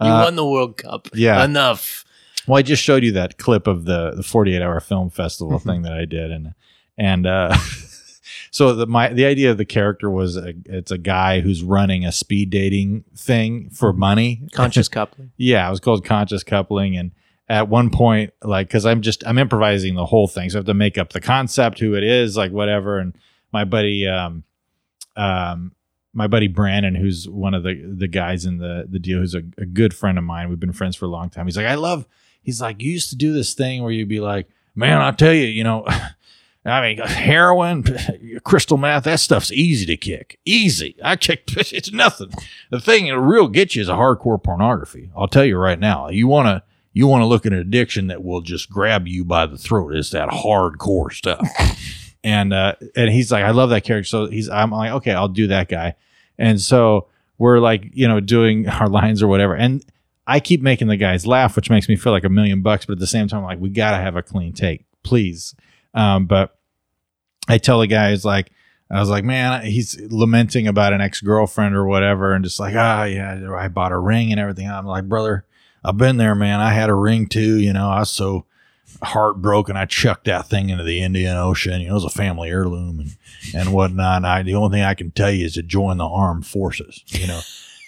you
Uh,
won the World Cup.
yeah.
enough.
Well, I just showed you that clip of the the 48 hour film festival thing that I did, and and uh, so the my the idea of the character was a, it's a guy who's running a speed dating thing for money.
Conscious coupling.
yeah, it was called conscious coupling, and at one point, like, because I'm just I'm improvising the whole thing, so I have to make up the concept, who it is, like whatever, and my buddy um um my buddy Brandon, who's one of the the guys in the the deal, who's a, a good friend of mine. We've been friends for a long time. He's like, I love. He's like, you used to do this thing where you'd be like, man, I tell you, you know, I mean, heroin, crystal meth, that stuff's easy to kick, easy. I kicked, it's nothing. The thing that'll real get you is a hardcore pornography. I'll tell you right now. You wanna you wanna look at an addiction that will just grab you by the throat. It's that hardcore stuff. and uh, and he's like, I love that character. So he's, I'm like, okay, I'll do that guy. And so we're like, you know, doing our lines or whatever. And I keep making the guys laugh, which makes me feel like a million bucks. But at the same time, like, we gotta have a clean take, please. Um, but I tell the guy, it's like, I was like, man, he's lamenting about an ex girlfriend or whatever, and just like, ah, yeah, I bought a ring and everything. I'm like, brother, I've been there, man. I had a ring too. You know, I was so heartbroken. I chucked that thing into the Indian Ocean. You know, it was a family heirloom and, and whatnot. And I, the only thing I can tell you is to join the armed forces, you know,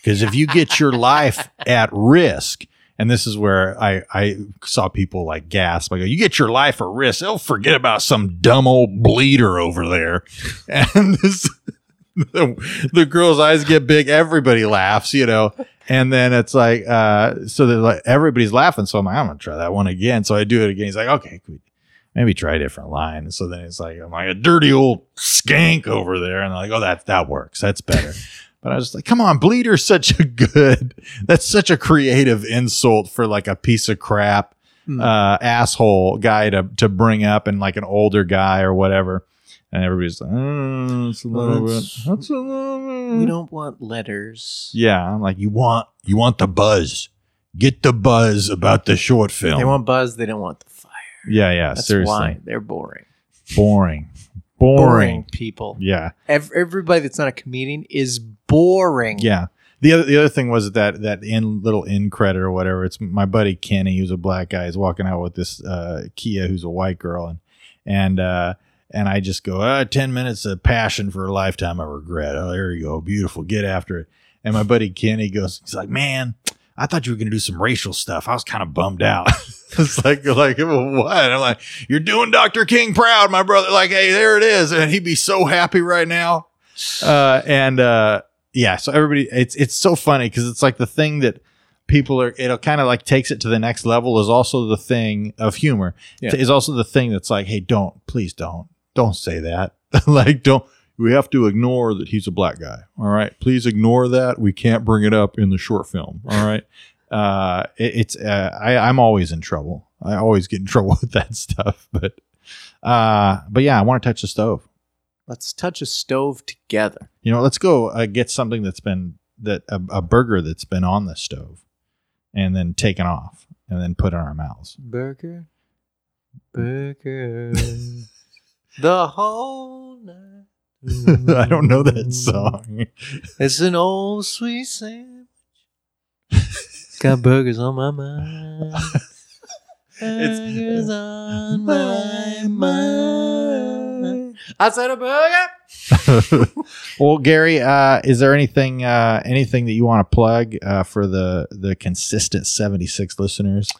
because if you get your life at risk, and this is where I, I saw people like gasp. I go, you get your life at risk. They'll forget about some dumb old bleeder over there. And this, the, the girl's eyes get big. Everybody laughs, you know. And then it's like, uh, so that like everybody's laughing. So I'm like, I'm gonna try that one again. So I do it again. He's like, okay, could we maybe try a different line. And so then it's like, I'm like a dirty old skank over there. And they're like, oh, that that works. That's better. But I was like, come on, bleeder's such a good, that's such a creative insult for like a piece of crap
Mm.
uh, asshole guy to, to bring up and like an older guy or whatever. And everybody's like, mm, it's a little
That's-
bit, that's a little
we
bit.
don't want letters.
Yeah. I'm like, Mm. you want,
You want the buzz. Get the buzz about the short film.
They want buzz. They don't want the fire.
yeah, yeah,
That's
seriously.
why they're boring.
Boring. Boring.
people.
Yeah.
Ev- everybody that's not a comedian is boring.
Yeah. The other the other thing was that that in little in credit or whatever. It's my buddy Kenny, who's a black guy, is walking out with this uh, Kia, who's a white girl, and and uh, and I just go, ah, 10 minutes of passion for a lifetime of regret. Oh, there you go, beautiful, get after it. And my buddy Kenny goes, he's like, man, I thought you were gonna do some racial stuff. I was kind of bummed out. it's like like what? I'm like, you're doing Dr. King proud, my brother. Like, hey, there it is, and he'd be so happy right now. Uh, and uh, yeah so everybody it's it's so funny because it's like the thing that people are it'll kind of like takes it to the next level is also the thing of humor
Yeah.
is also the thing that's like hey don't please don't don't say that like don't we have to ignore that he's a black guy all right please ignore that we can't bring it up in the short film all right uh it, it's uh, i i'm always in trouble i always get in trouble with that stuff but uh but yeah i want to touch the stove
Let's touch a stove together.
you know let's go uh, get something that's been that a, a burger that's been on the stove and then taken off and then put in our mouths
Burger. Burger. the whole night.
i don't know that song
It's an old sweet sandwich. It's got burgers on my mind. Burgers on my mind. I said a burger.
well gary uh, is there anything uh, anything that you want to plug uh, for the the consistent 76 listeners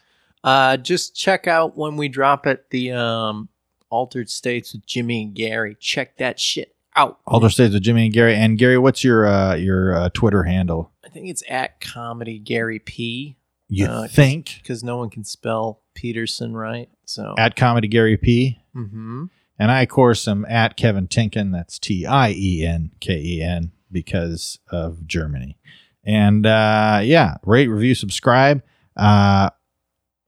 Uh, just check out when we drop it the um, Altered States with Jimmy and Gary. Check that shit out.
alder stays with jimmy and gary and gary what's your uh, your uh, twitter handle
I think it's at comedy Gary P
you
Uh,
think
because no one can spell Peterson right. So
at comedy gary p
hmm
And I, of course, am at Kevin Tinken. That's T I E N K E N because of Germany. And uh, yeah, rate, review, subscribe. Uh,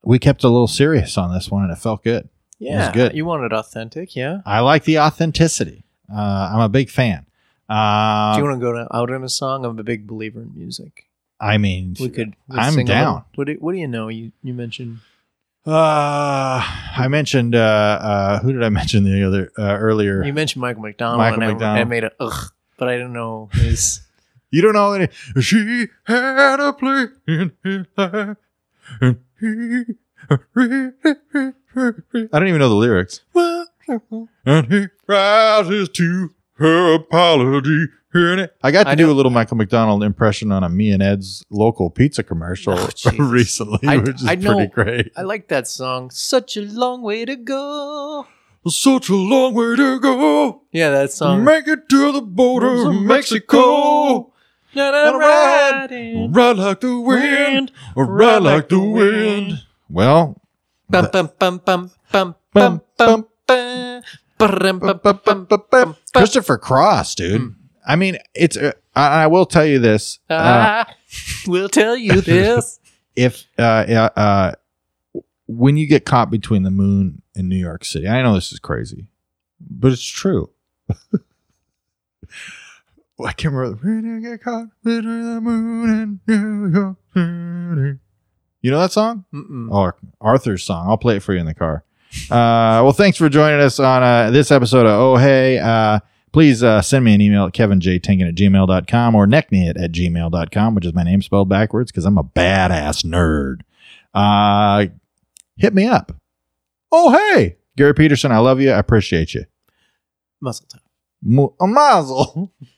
we kept a little serious on this one and it felt good.
yeah,
good.
You want it authentic, yeah?
I like the authenticity. Uh, I'm a big fan. Uh,
Do you want to go to, out on a song? I'm a big believer in music.
I mean,
We could. we'll
I'm
sing a
down.
little- What do, what do you know? You you mentioned
uh, I mentioned, uh, uh, who did I mention the other uh, earlier?
you mentioned Michael McDonald.
Michael
and I-
McDonald.
I, made a ugh, but I don't know his.
You don't know any. She had a play in his life, and he. I don't even know the lyrics. And he rises to her apology. in it. I got to
I
do a little Michael McDonald impression on a me and Ed's local pizza commercial
Oh, Jesus.
recently,
I-
which is
I know-
pretty great.
I like that song. Such a long way to go.
Such a long way to go.
Yeah, that song.
Make it to the border of Mexico.
That
I'm
I'm riding.
Ride like the wind. Or ride like the wind. Well,
Bum, bum, bum, bum, bum,
Bum,
bum, bum, bum. Ba-dum, bum, bum, bum.
Christopher Cross, dude.
Mm.
I mean, it's. Uh, I, I will tell you this: uh,
I will tell you this.
if uh, uh, uh, when you get caught between the moon and New York City, I know this is crazy, but it's true. I can't remember. When you get caught between the moon and New York City. You know that song?
Mm-mm.
Oh, Or Arthur's song. I'll play it for you in the car. Uh, well, thanks for joining us on uh, this episode of Oh Hey. Uh, please uh, send me an email at kevinjtinkin at gmail.com or necknit at gmail.com, which is my name spelled backwards because I'm a badass nerd. Uh, hit me up. Oh, hey. Gary Peterson, I love you. I appreciate you.
Muscle time.
Mu- a mazel.